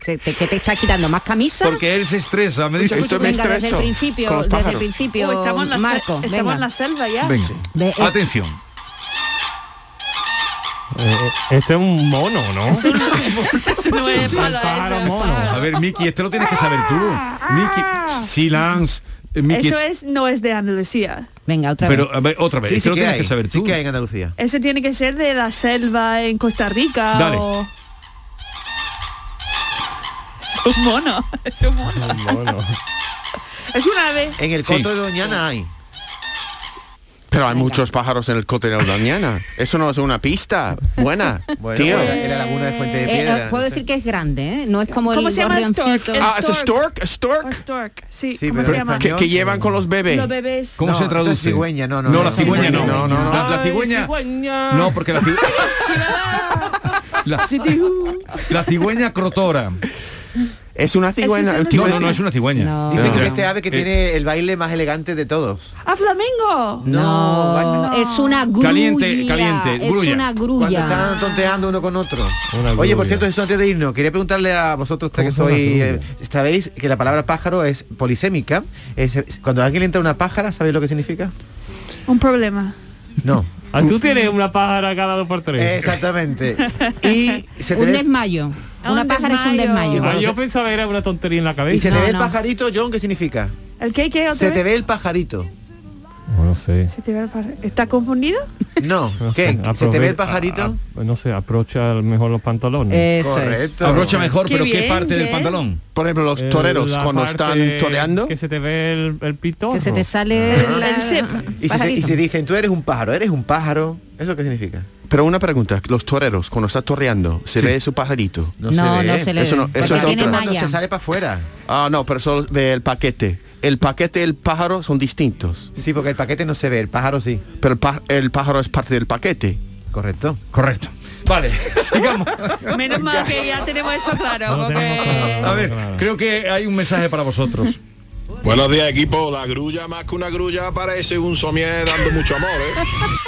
¿Qué te, que te está quitando? ¿Más camisa? porque él se estresa. Me dice, Escucha, escucha. me venga, desde el estreso este con principio, los desde el pájaros. principio, Oh, estamos en la, Marco, sel- estamos venga. en la selva ya. Venga. Ve, eh, Atención. Eh, eh, Este es un mono, ¿no? Eso no es palo, pájaro eso es mono. palo. A ver, Miki, este lo tienes que saber tú. Miki, silence. Eh, Miki, Eso es, no es de Andalucía. venga, otra pero vez. a ver, otra vez. Sí, este sí lo que tienes hay. que saber Sí tú. que hay en Andalucía. Eso tiene que ser de la selva en Costa Rica Dale. o... Es un mono, es un mono. Un mono. Es un ave. En el Sí. coto de Doñana hay. Pero hay muchos pájaros en el cote de la mañana. Eso no es una pista. Buena. Bueno, tío. en la- en la laguna de Fuente de Eh, Piedra. eh, puedo no sé. decir que es grande, ¿eh? No es como ¿Cómo el se llama el stork? gorrioncito. El- Ah, es a stork, a O stork. stork, sí, Sí, ¿cómo pero se en llama? Que, que llevan con los bebés. Los bebés. ¿Cómo No, se eso traduce? es cigüeña, no, no, No, no, la no. cigüeña no. No, no, no. La, Ah, la cigüeña. No, porque la cigüeña. la, la cigüeña crotora. Es una cigüeña. Eso es No, cigüeña. no, no, es una cigüeña. No. Dicen que No. es este ave que Eh, tiene el baile más elegante de todos. ¡A Ah, flamingo! No, vaya. es una grulla. Caliente, caliente, Es grulla. una Cuando grulla. están tonteando uno con otro. Una Oye, por grulla. cierto, eso antes de irnos, quería preguntarle a vosotros tres que ¿Cómo se llama sois... grulla? eh, sabéis que la palabra pájaro es polisémica. Es- es- cuando a alguien le entra una pájara, ¿sabéis lo que significa? Un problema. No. Ah, tú tienes una pájara cada dos por tres. Ah, Exactamente. Y se te Un em- ve, desmayo. Ah, Una un pájara es un desmayo. desmayo. Ah, yo pensaba que era una tontería en la y cabeza. se te No, ve el no. pajarito, John, ¿qué significa? ¿El qué? ¿Qué? Se otra te vez? ve el pajarito. No lo sé. Se te ve el par- ¿Está confundido? No, No sé, ¿qué? ¿Se te ve el aprove- pajarito? a- a- no sé, aprocha mejor los pantalones. Eso es. Correcto. Abrocha mejor, Qué pero ¿qué bien, parte del ¿qué? pantalón? Por ejemplo, los Eh, toreros la cuando parte están toreando. Que se te ve el, el pitorro. Que se te sale la- El cep. Ah. Y si, se, y pajarito. si dicen, tú eres un pájaro, eres un pájaro, ¿eso qué significa? Pero una pregunta, los toreros cuando están toreando, ¿se Sí. ve su pajarito? No, no se le Eso ve, no- eso porque es tiene otra. Cuando malla. se sale para afuera. Ah, no, pero solo ve el paquete. El paquete y el pájaro son distintos. Sí, porque el paquete no se ve, el pájaro sí. Pero el, pá- el pájaro es parte del paquete. Correcto. Correcto. Vale, sigamos. Menos mal que ya tenemos eso claro. No lo porque- tenemos claro. A ver, Claro. creo que hay un mensaje para vosotros. Buenos días, equipo. La grulla, más que una grulla, parece un somier eh, dando mucho amor, eh.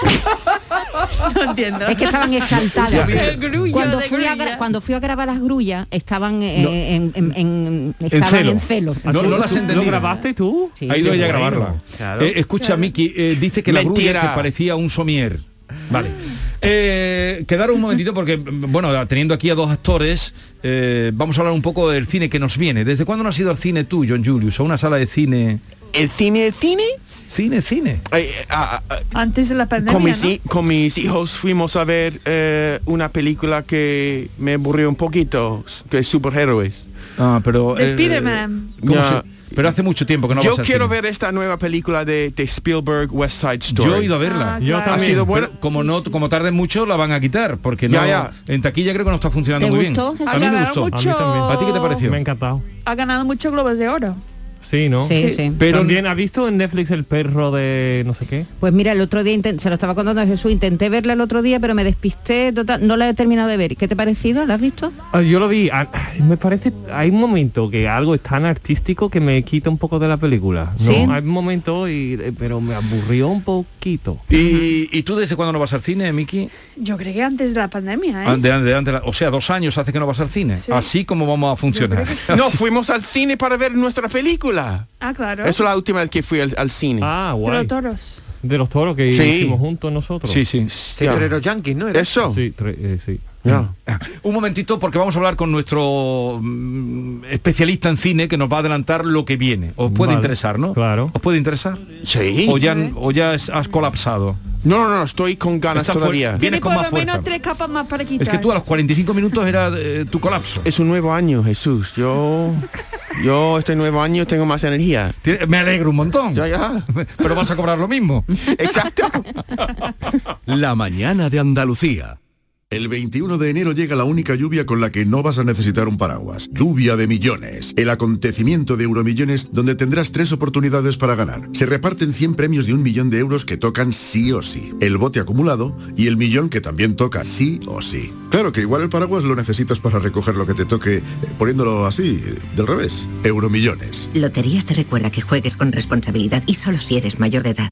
No entiendo. Es que estaban exaltadas. Ya, El grullo cuando, de fui a grulla. gra- cuando fui a grabar las grullas, estaban eh, No. en, en- en- estaban celo. en celo. No, no las entendí. tú? ha ido qué ella a bueno. grabarla. Eh, escucha, Miki, eh, dice que la Mentira. grulla que parecía un somier. Vale. Eh, quedaros un momentito porque, bueno, teniendo aquí a dos actores, eh, vamos a hablar un poco del cine que nos viene. ¿Desde cuándo no has ido al cine tú, John Julius, a una sala de cine? ¿El cine de cine? Cine, cine. eh, Antes de la pandemia. ah, Con mis, ¿no? hi- con mis hijos fuimos a ver eh, una película que me aburrió un poquito, que es superhéroes. Ah, pero... De Spider-Man. ¿cómo Ya. se- pero hace mucho tiempo que no Yo vas al quiero cine. ver esta nueva película de, de Spielberg, West Side Story. Yo he ido a Ah, verla. Ha sido buena. Pero como no, como tarde mucho la van a quitar porque no. Ya, ya. En taquilla creo que no está funcionando ¿Te muy gustó, Jesús? bien. A mí me Aclararon gustó. mucho. A mí también. ¿A ti qué te pareció? Me ha encantado. Ha ganado muchos globos de oro. Sí, ¿no? Sí, Sí. sí. Pero bien, ¿ha visto en Netflix el perro de no sé qué? Pues mira, el otro día inten- se lo estaba contando a Jesús, intenté verla el otro día, pero me despisté total, no la he terminado de ver. ¿Qué te ha parecido? ¿La has visto? Ah, Yo lo vi, ah, me parece, hay un momento que algo es tan artístico que me quita un poco de la película. ¿no? Sí. Hay un momento, y, eh, pero me aburrió un poquito. ¿Y, y tú desde cuándo no vas al cine, Miki? Yo creo que antes de la pandemia, ¿eh? Ante- ante- ante la- o sea, dos años hace que no vas al cine. Sí. Así como vamos a funcionar. No, fuimos al cine para ver nuestra película. Ah, claro. Eso es la última vez que fui al, al cine. Ah, De los toros. De los toros que Sí. hicimos juntos nosotros. Sí, sí. Toreros yanquis, ¿no? Eso. Sí, tre- eh, sí. Un momentito porque vamos a hablar con nuestro mm, especialista en cine que nos va a adelantar lo que viene. Os puede Vale. interesar, ¿no? Claro. ¿Os puede interesar? Sí. O ya, o ya es- has colapsado. No, no, no, estoy con ganas Está fuer- todavía. Vienes con Por más lo fuerza. menos tres capas más para quitar. Es que tú a los 45 minutos era eh, tu colapso. Es un nuevo año, Jesús. Yo, yo este nuevo año tengo más energía. Me alegro un montón. Ya, ya. Pero vas a cobrar lo mismo. La mañana de Andalucía. El 21 de enero llega la única lluvia con la que no vas a necesitar un paraguas. Lluvia de millones. El acontecimiento de Euromillones donde tendrás tres oportunidades para ganar. Se reparten 100 premios de un millón de euros que tocan sí o sí. El bote acumulado y el millón que también toca sí o sí. Claro que igual el paraguas lo necesitas para recoger lo que te toque eh, poniéndolo así, eh, del revés. Euromillones. Loterías te recuerda que juegues con responsabilidad y solo si eres mayor de edad.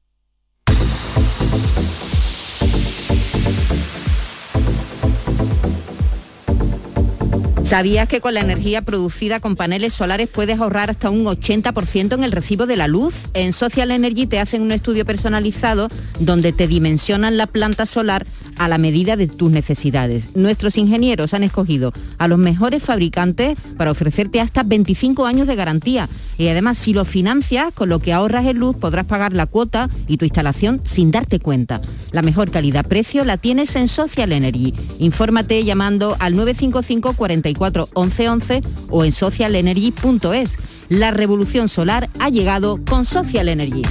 ¿Sabías que con la energía producida con paneles solares puedes ahorrar hasta un 80% en el recibo de la luz? En Social Energy te hacen un estudio personalizado donde te dimensionan la planta solar a la medida de tus necesidades. Nuestros ingenieros han escogido a los mejores fabricantes para ofrecerte hasta 25 años de garantía. Y además, si lo financias, con lo que ahorras en luz podrás pagar la cuota y tu instalación sin darte cuenta. La mejor calidad-precio la tienes en Social Energy. Infórmate llamando al 955 44 11 11 o en socialenergy.es. La revolución solar ha llegado con Social Energy.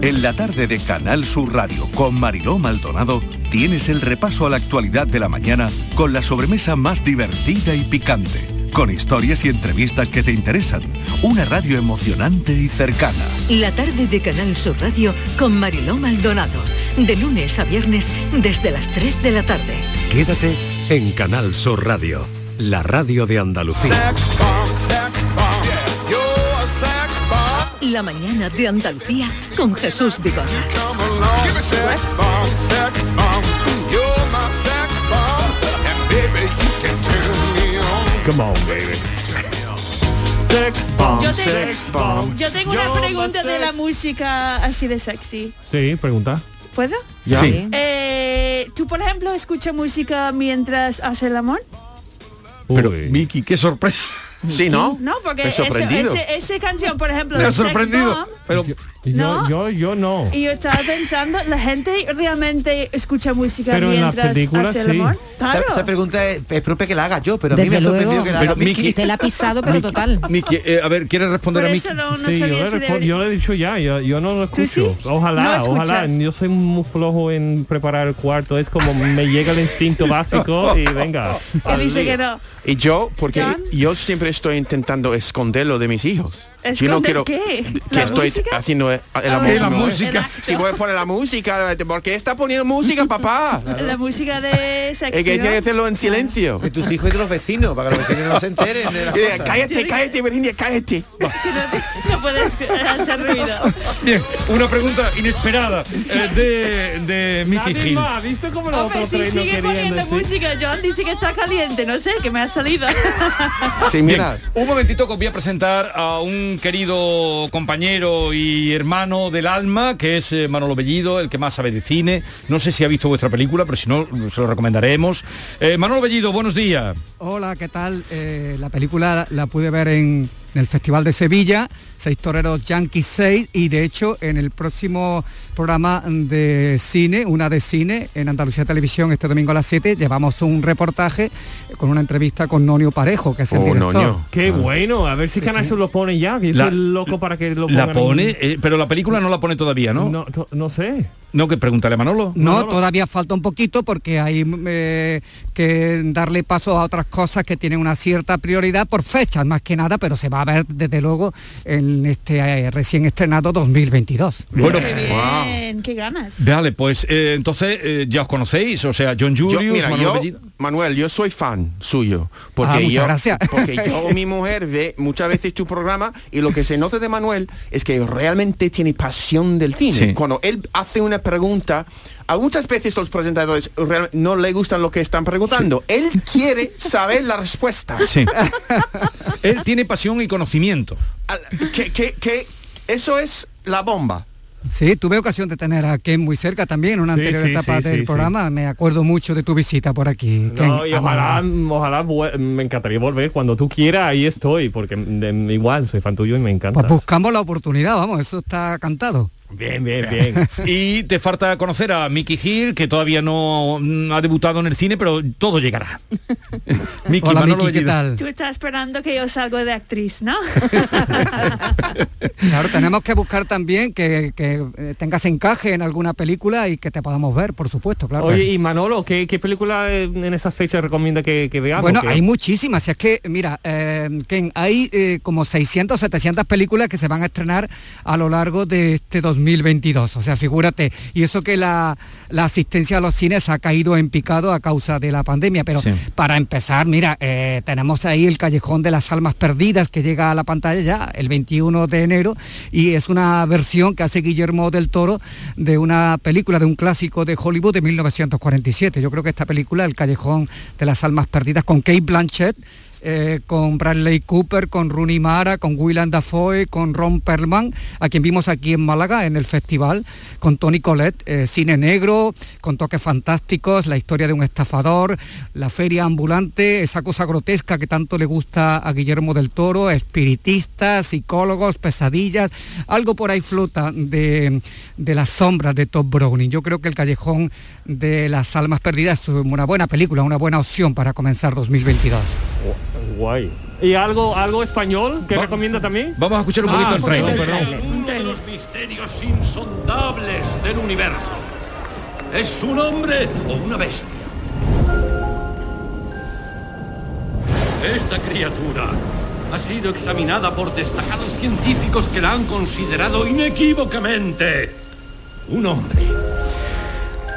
En la tarde de Canal Sur Radio con Mariló Maldonado tienes el repaso a la actualidad de la mañana con la sobremesa más divertida y picante, con historias y entrevistas que te interesan, una radio emocionante y cercana. La tarde de Canal Sur Radio con Mariló Maldonado. De lunes a viernes desde las 3 de la tarde. Quédate en Canal Sur Radio, la radio de Andalucía. La mañana de Andalucía con Jesús Vigorra. Come on, baby. Yo tengo, yo tengo una pregunta de la música así de sexy. Sí, pregunta. ¿Puedo? Ya. Sí. Eh, ¿Tú, por ejemplo, escuchas música mientras hace el amor? Pero, Miki, qué sorpresa. Sí, No, porque Me he esa sorprendido. canción, por ejemplo, Me de ha Sex sorprendido. Bomb, Pero Yo, No. yo, yo no. y yo estaba pensando, ¿la gente realmente escucha música Pero en las mientras películas, hace el sí. amor? Claro. Esa, esa pregunta es, es propia que la haga yo, pero a mí me Desde ha sorprendido luego, que la haga Miki. te la ha pisado, pero total. Miki, eh, a ver, ¿quieres responder a Miki? Sí, yo, le respon- yo le he dicho ya, yo, yo no lo ¿Tú escucho. sí? Ojalá, No ojalá. escuchas. Yo soy muy flojo en preparar el cuarto. Es como me llega el instinto básico y venga. Él dice que no. Y yo, porque yo siempre estoy intentando esconderlo de mis hijos. ¿Esconder Yo no quiero qué? que ¿La estoy música? haciendo eh, el Ah, amor. la ¿no? música. Si puedes poner la música, ¿por qué está poniendo música, papá? La música de Es que tiene que sección. hacerlo en silencio. De tus hijos y de los vecinos, para que los vecinos no se enteren. de las cosas. cállate, cállate, Virginia, cállate. No puedes hacer ruido. Bien, una pregunta inesperada eh, de, de Mickey Nadie Gil. más, ¿has visto cómo los Hombre, otros si tres no sigue querían poniendo decir? música, John dice que está caliente, no sé, que me ha salido. Bien, un momentito que os voy a presentar a un querido compañero y hermano del alma, que es eh, Manolo Bellido, el que más sabe de cine. No sé si ha visto vuestra película, pero si no, se lo recomendaremos. Eh, Manolo Bellido, buenos días. Hola, ¿qué tal? Eh, la película la pude ver en, en el Festival de Sevilla, Seis Toreros Yankees 6, y de hecho en el próximo programa de cine, una de cine, en Andalucía Televisión, este domingo a las 7, llevamos un reportaje con una entrevista con Nonio Parejo, que es el director. Qué bueno, a ver si Canal Sur lo pone ya, que yo La- estoy loco para que lo pongan. La pone, eh, pero la película no la pone todavía, ¿no? No, sé. No, que pregúntale a Manolo. No, todavía falta un poquito porque hay eh, que darle paso a otras cosas que tienen una cierta prioridad por fechas más que nada, pero se va a ver desde luego en este eh, recién estrenado 2022. Bueno, Bien, qué ganas. Dale, pues eh, entonces eh, ya os conocéis, o sea, John Julius, yo, mira, Manolo yo, Bellido. Manuel, yo soy fan suyo. Porque Ah, muchas yo, gracias. Porque yo, mi mujer, ve muchas veces tu programa y lo que se nota de Manuel es que realmente tiene pasión del cine. Sí. Cuando él hace una pregunta, a muchas veces los presentadores real- no le gustan lo que están preguntando. Él quiere saber la respuesta. Sí. Él tiene pasión y conocimiento. Que, que- que eso es la bomba. Sí, tuve ocasión de tener a Ken muy cerca también en una Sí, anterior sí, etapa sí, del sí, programa. Me acuerdo mucho de tu visita por aquí. Ken. No, y ojalá, ojalá vu- me encantaría volver cuando tú quieras, ahí estoy, porque mm, igual soy fan tuyo y me encanta. Pues buscamos la oportunidad, vamos, eso está cantado. Bien, bien, bien. Y te falta conocer a Mickey Hill, que todavía no mm, ha debutado en el cine, pero todo llegará. Mickey, Manolo Bellido. Tú estás esperando que yo salga de actriz, ¿no? Claro, tenemos que buscar también que, que, eh, tengas encaje en alguna película y que te podamos ver, por supuesto, claro. Oye, y Manolo, ¿qué, qué película eh, en esa fecha recomienda que, que veamos? Bueno, Que- hay muchísimas. Si es que, mira, eh, Ken, hay eh, como 600, 700 películas que se van a estrenar a lo largo de este 2022. O sea, figúrate. Y eso que la, la asistencia a los cines ha caído en picado a causa de la pandemia. Pero Sí. para empezar, mira, eh, tenemos ahí el Callejón de las Almas Perdidas que llega a la pantalla ya el 21 de enero y es una versión que hace Guillermo del Toro de una película, de un clásico de Hollywood de 1947. Yo creo que esta película, El Callejón de las Almas Perdidas, con Kate Blanchett, eh, con Bradley Cooper, con Rooney Mara, con William Dafoe, con Ron Perlman, a quien vimos aquí en Málaga en el festival, con Tony Colette, eh, cine negro, con toques fantásticos, la historia de un estafador, la feria ambulante, esa cosa grotesca que tanto le gusta a Guillermo del Toro, espiritistas, psicólogos, pesadillas, algo por ahí flota de, de las sombras de Todd Browning. Yo creo que El Callejón de las Almas Perdidas es una buena película, una buena opción para comenzar 2022. Guay. ¿Y algo, algo español que recomienda también? Ah, Vamos a escuchar un poquito el trailer. Uno de los misterios insondables del universo. ¿Es un hombre o una bestia? Esta criatura ha sido examinada por destacados científicos que la han considerado inequívocamente un hombre.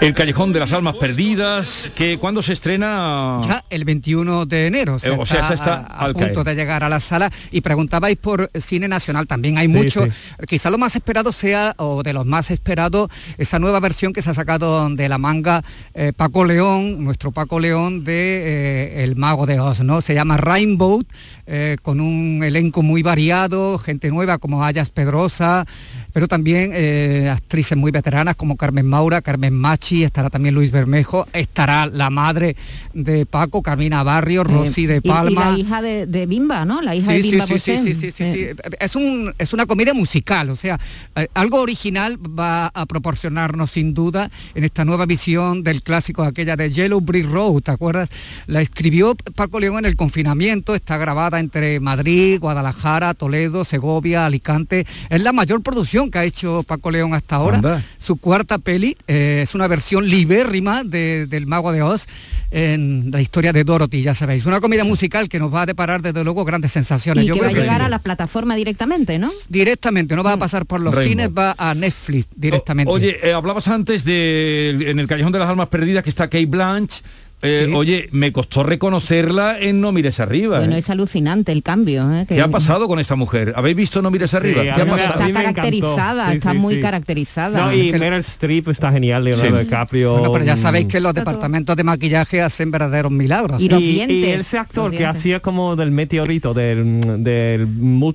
El Callejón de las Almas Perdidas, que cuando se estrena... Ya el 21 de enero, Ah. Eh, o sea, esa está a- a, al punto caer. de llegar a la sala y preguntabais por cine nacional, también hay Sí, mucho, sí. quizá lo más esperado sea, o de los más esperados, esa nueva versión que se ha sacado de la manga eh, Paco León, nuestro Paco León de eh, El Mago de Oz, ¿no? Se llama Rainbow, eh, con un elenco muy variado, gente nueva como Ayas Pedrosa, pero también eh, actrices muy veteranas como Carmen Maura, Carmen Machi, estará también Luis Bermejo, estará la madre de Paco, Carmina Barrio, Rosy Eh, Y- de y Palma. la hija de, de Bimba, ¿no? La hija de Eh. Sí, sí, Bimba sí, sí, Bosé. sí, sí, sí, sí. Es, un, es una comedia musical, o sea, eh, algo original va a proporcionarnos sin duda en esta nueva visión del clásico, aquella de Yellow Brick Road, ¿te acuerdas? La escribió Paco León en el confinamiento, está grabada entre Madrid, Guadalajara, Toledo, Segovia, Alicante. Es la mayor producción que ha hecho Paco León hasta ahora. Anda. Su cuarta peli eh, es una versión versión libérrima de- del Mago de Oz en la historia de Dorothy, ya sabéis. Una comida musical que nos va a deparar desde luego grandes sensaciones. Y Yo que va creo a que llegar sí. a la plataforma directamente, ¿no? Directamente, no va a pasar por los Rainbow. cines, va a Netflix directamente. Oye, eh, hablabas antes de en el Callejón de las Almas Perdidas que está Kate Blanch. Eh, Oye, me costó reconocerla en No Mires Arriba. Bueno, ¿eh? es alucinante el cambio. ¿eh? Que- ¿Qué ha pasado con esta mujer? ¿Habéis visto No Mires Arriba? ¿Qué ha Bueno, pasado? está caracterizada, Sí, está sí, muy sí. caracterizada. No, y Meryl Streep está genial, Oh, Leonardo Sí. DiCaprio. mm. Bueno, pero ya sabéis que los Está todo. departamentos de maquillaje hacen verdaderos milagros. y ese actor que hacía como del meteorito, del, mm, del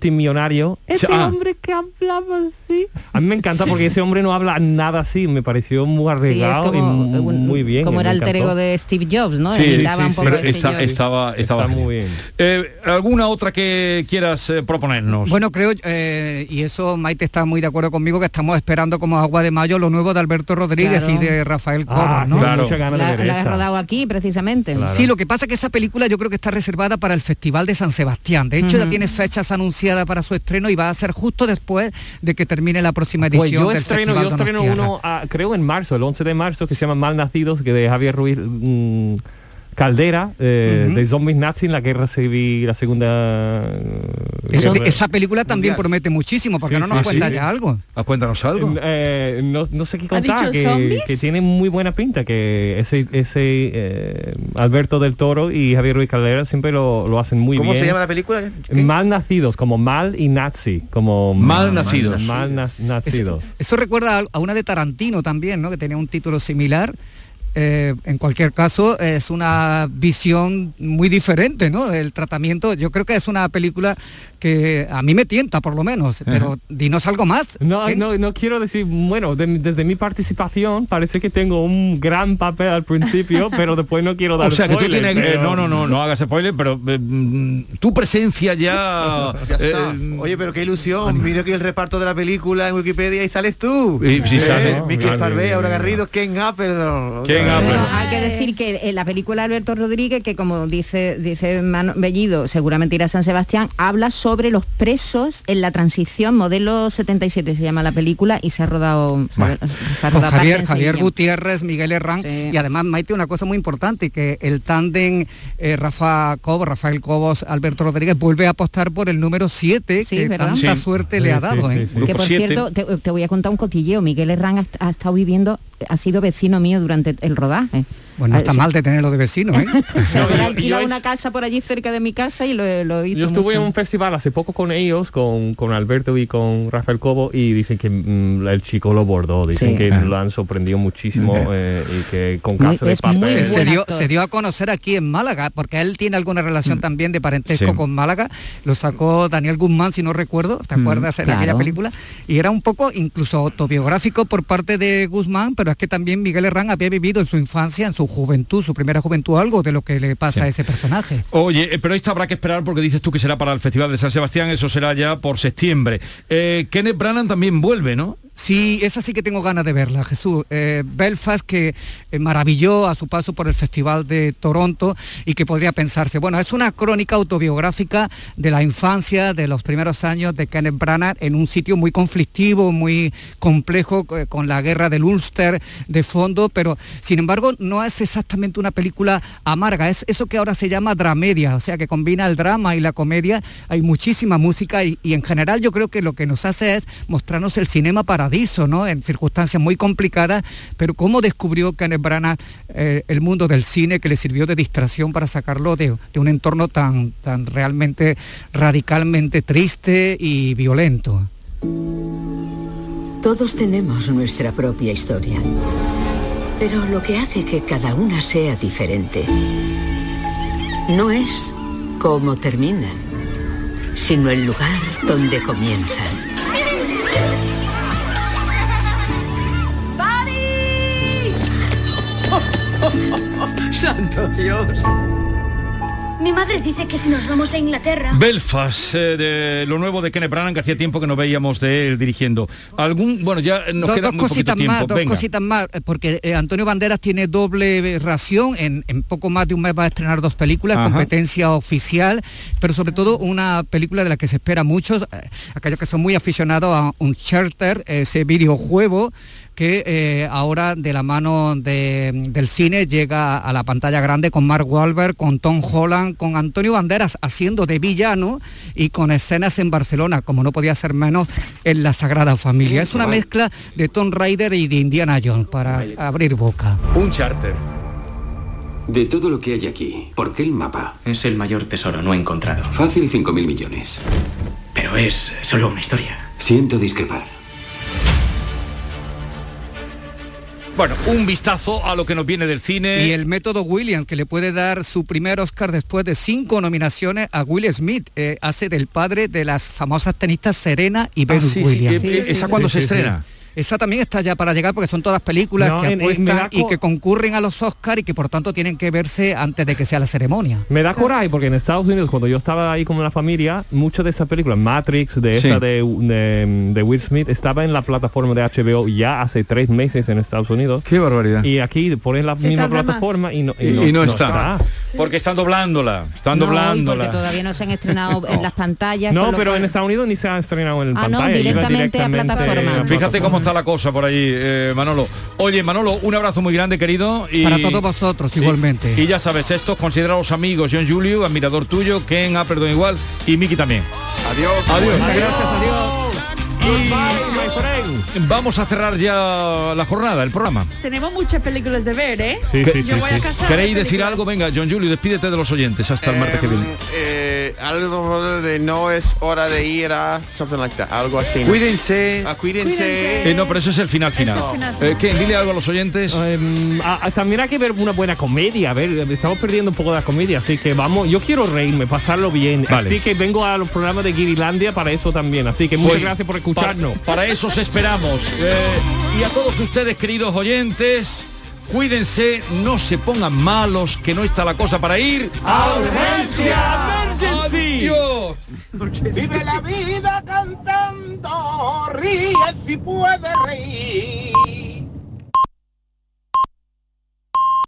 multimillonario. Este Ese ah. hombre que hablaba así. A mí me encanta porque ese hombre no habla nada así. Me pareció muy arriesgado y como mu- muy bien. Como eh, era me el encantó. terego de Steve Jobs, ¿no? Sí, sí, Imitaba un sí, poco pero a Steve está- Jobs. estaba, estaba muy bien. Eh, ¿Alguna otra que quieras eh, proponernos? Bueno, creo, eh, y eso Maite está muy de acuerdo conmigo, que estamos esperando como agua de mayo lo nuevo de Alberto Rodríguez Claro. y de Rafael Cobos, Ah, ¿no? tengo muchas ganas de La, ver la he esa. rodado aquí, precisamente. Sí, lo que pasa es que esa película yo creo que está reservada para el Festival de San Sebastián. De hecho, ya Ujú. tiene fechas anunciadas para su estreno y va a ser justo después de que termine la próxima edición Pues yo del estreno, Festival yo estreno Donostiarra. uno, ah, creo en marzo, el 11 de marzo, que se llama Malnacidos, que de Javier Ruiz mm, Caldera, eh, de zombies nazis en la guerra civil, la segunda... eh, Es- guerra- esa película también promete muchísimo, porque Sí, no nos sí, cuenta sí. ya algo. Ah, Cuéntanos algo. Eh, no, no sé qué ¿Ha dicho contar, que, zombies? que tiene muy buena pinta, que ese, ese eh, Alberto del Toro y Javier Ruiz Caldera siempre lo, lo hacen muy ¿Cómo bien. se llama la Eh, película? Mal nacidos, como mal y nazi, como Mal nacidos. Mal nas- nacidos. Eso recuerda a, a una de Tarantino también, ¿no? Que tenía un título similar. Eh, en cualquier caso, es una visión muy diferente, ¿no? El tratamiento, yo creo que es una película que a mí me tienta, por lo menos, pero dinos algo más. No, ¿eh? no, no quiero decir, bueno, de- desde mi participación parece que tengo un gran papel al principio, pero después no quiero dar O sea que tú spoilers, tienes eh, pero- no no no no hagas spoiler, pero eh, mm, tu presencia ya. Ya está. eh, Oye, pero qué ilusión. Mira aquí el reparto de la película en Wikipedia y sales tú. Eh, Y- sí, sale. Miki Claro, Esparvé, claro. Aura Garrido, Ken Aperdon. Ken Pero hay que decir que eh, la película de Alberto Rodríguez, que como dice, dice Mano- Bellido, seguramente irá a San Sebastián, habla sobre los presos en la transición, modelo 77 se llama la película, y se ha rodado, se ha- se ha Con rodado parte Javier, en Javier Sevilla. Gutiérrez, Miguel Herrán y además Maite una cosa muy importante que el tándem eh, Rafa Cobos, Rafael Cobos, Alberto Rodríguez vuelve a apostar por el número 7 que ¿verdad? eh, tanta Sí. suerte le ha dado. ¿eh? Que por cierto, te, te voy a contar un cotilleo. Miguel Herrán ha, ha estado viviendo, ha sido vecino mío durante el rodaje. Bueno, Pues no está Ah, mal de tenerlo de vecino, ¿eh? Se habrá yo- alquilado yo es- una casa por allí cerca de mi casa y lo, he- lo he visto Yo estuve en mucho. un festival hace poco con ellos, con, con Alberto y con Rafael Cobo, y dicen que mm, el chico lo bordó, dicen Sí. que Ah. lo han sorprendido muchísimo Ajá. eh, y que con casa de papel. Se, se dio, se dio a conocer aquí en Málaga, porque él tiene alguna relación también de parentesco Mm. Sí. con Málaga. Lo sacó Daniel Guzmán, si no recuerdo, ¿te Mm, acuerdas en aquella claro. película? Y era un poco incluso autobiográfico por parte de Guzmán, pero es que también Miguel Herrán había vivido en su infancia, en su juventud, su primera juventud, algo de lo que le pasa a ese personaje. Oye, eh, pero esta habrá que esperar porque dices tú que será para el Festival de San Sebastián, eso será ya por septiembre. Eh, Kenneth Branagh también vuelve, ¿no? Sí, esa sí que tengo ganas de verla, Jesús. Eh, Belfast que eh, maravilló a su paso por el Festival de Toronto y que podría pensarse, bueno, es una crónica autobiográfica de la infancia, de los primeros años de Kenneth Branagh en un sitio muy conflictivo, muy complejo, eh, con la guerra del Ulster de fondo, pero sin embargo no es exactamente una película amarga, es eso que ahora se llama dramedia, o sea que combina el drama y la comedia, hay muchísima música y, y en general yo creo que lo que nos hace es mostrarnos el cinema paradiso, ¿no? En circunstancias muy complicadas, pero cómo descubrió Kenneth Branagh eh, el mundo del cine que le sirvió de distracción para sacarlo de, de un entorno tan, tan realmente radicalmente triste y violento. Todos tenemos nuestra propia historia. Pero lo que hace que cada una sea diferente no es cómo terminan, sino el lugar donde comienzan. ¡Santo Dios! Mi madre dice que si nos vamos a Inglaterra... Belfast, eh, de lo nuevo de Kenneth Branagh, que hacía tiempo que no veíamos de él dirigiendo. Algún, bueno, ya nos Do- queda dos muy poquito cositas tiempo. más, dos Venga. cositas más, eh, porque eh, Antonio Banderas tiene doble eh, ración, en, en poco más de un mes va a estrenar dos películas, Ajá. competencia oficial, pero sobre todo una película de la que se espera muchos, eh, aquellos que son muy aficionados a un charter, ese videojuego que eh, ahora de la mano de- del cine llega a la pantalla grande con Mark Wahlberg, con Tom Holland, con Antonio Banderas haciendo de villano y con escenas en Barcelona, como no podía ser menos en la Sagrada Familia. Es una Vale. mezcla de Tom Raider y de Indiana Jones para abrir boca. Un charter. De todo lo que hay aquí, ¿por qué el mapa? Es el mayor tesoro no encontrado. Fácil 5.000 millones. Pero es solo una historia. Siento discrepar. Bueno, un vistazo a lo que nos viene del cine. Y el método Williams, que le puede dar su primer Oscar después de cinco nominaciones a Will Smith, eh, hace del padre de las famosas tenistas Serena y Ah, Venus sí, sí, Williams. eh, eh, ¿esa cuándo se estrena? Esa también está ya para llegar porque son todas películas No, que en- en- me apuestan da y co- que concurren a los Oscar y que por tanto tienen que verse antes de que sea la ceremonia. Me da coraje porque en Estados Unidos, cuando yo estaba ahí con la familia, muchas de esas películas, Matrix, de esa Sí. de, de- de Will Smith, estaba en la plataforma de HBO ya hace tres meses en Estados Unidos. ¡Qué barbaridad! Y aquí ponen la Se misma tarda más. plataforma y no, Y, y no, está. Porque están doblándola. Están No, y doblándola. porque todavía no se han estrenado en las pantallas. No, con lo pero cual- en Estados Unidos ni se ha estrenado en el Ah, no, pantalla. iba directamente a a Fíjate cómo está la cosa por ahí, eh, Manolo. Oye, Manolo, un abrazo muy grande, querido. Y, Para todos vosotros, y- igualmente. Y, ya sabes, estos considerados amigos, John Julio, admirador tuyo, Ken ah, perdón igual, y Miki también. Adiós. Adiós. Gracias a Dios. Vamos a cerrar ya la jornada, el programa. Tenemos muchas películas de ver, ¿eh? Que- Yo voy a casar. ¿Queréis decir algo? Venga, John Julio, despídete de los oyentes hasta el martes que viene. Eh, algo de no es hora de ir a something like that, algo así. ¿no? Cuídense. Ah, cuídense. Eh, no, pero eso es el final final. Eso es el final. Eh, Ken, dile algo a los oyentes. Em, también hay que ver una buena comedia, a ver, estamos perdiendo un poco de la comedia, así que vamos, yo quiero reírme, pasarlo bien, Vale. así que vengo a los programas de Guirilandia para eso también, así que muchas Pues, gracias por pa- escucharnos. para eso os esperamos. Eh, y a todos ustedes, queridos oyentes, cuídense, no se pongan malos, que no está la cosa para ir. ¡A urgencia! ¡Emergency! ¡Adiós! Vive la vida cantando, ríe si puede reír.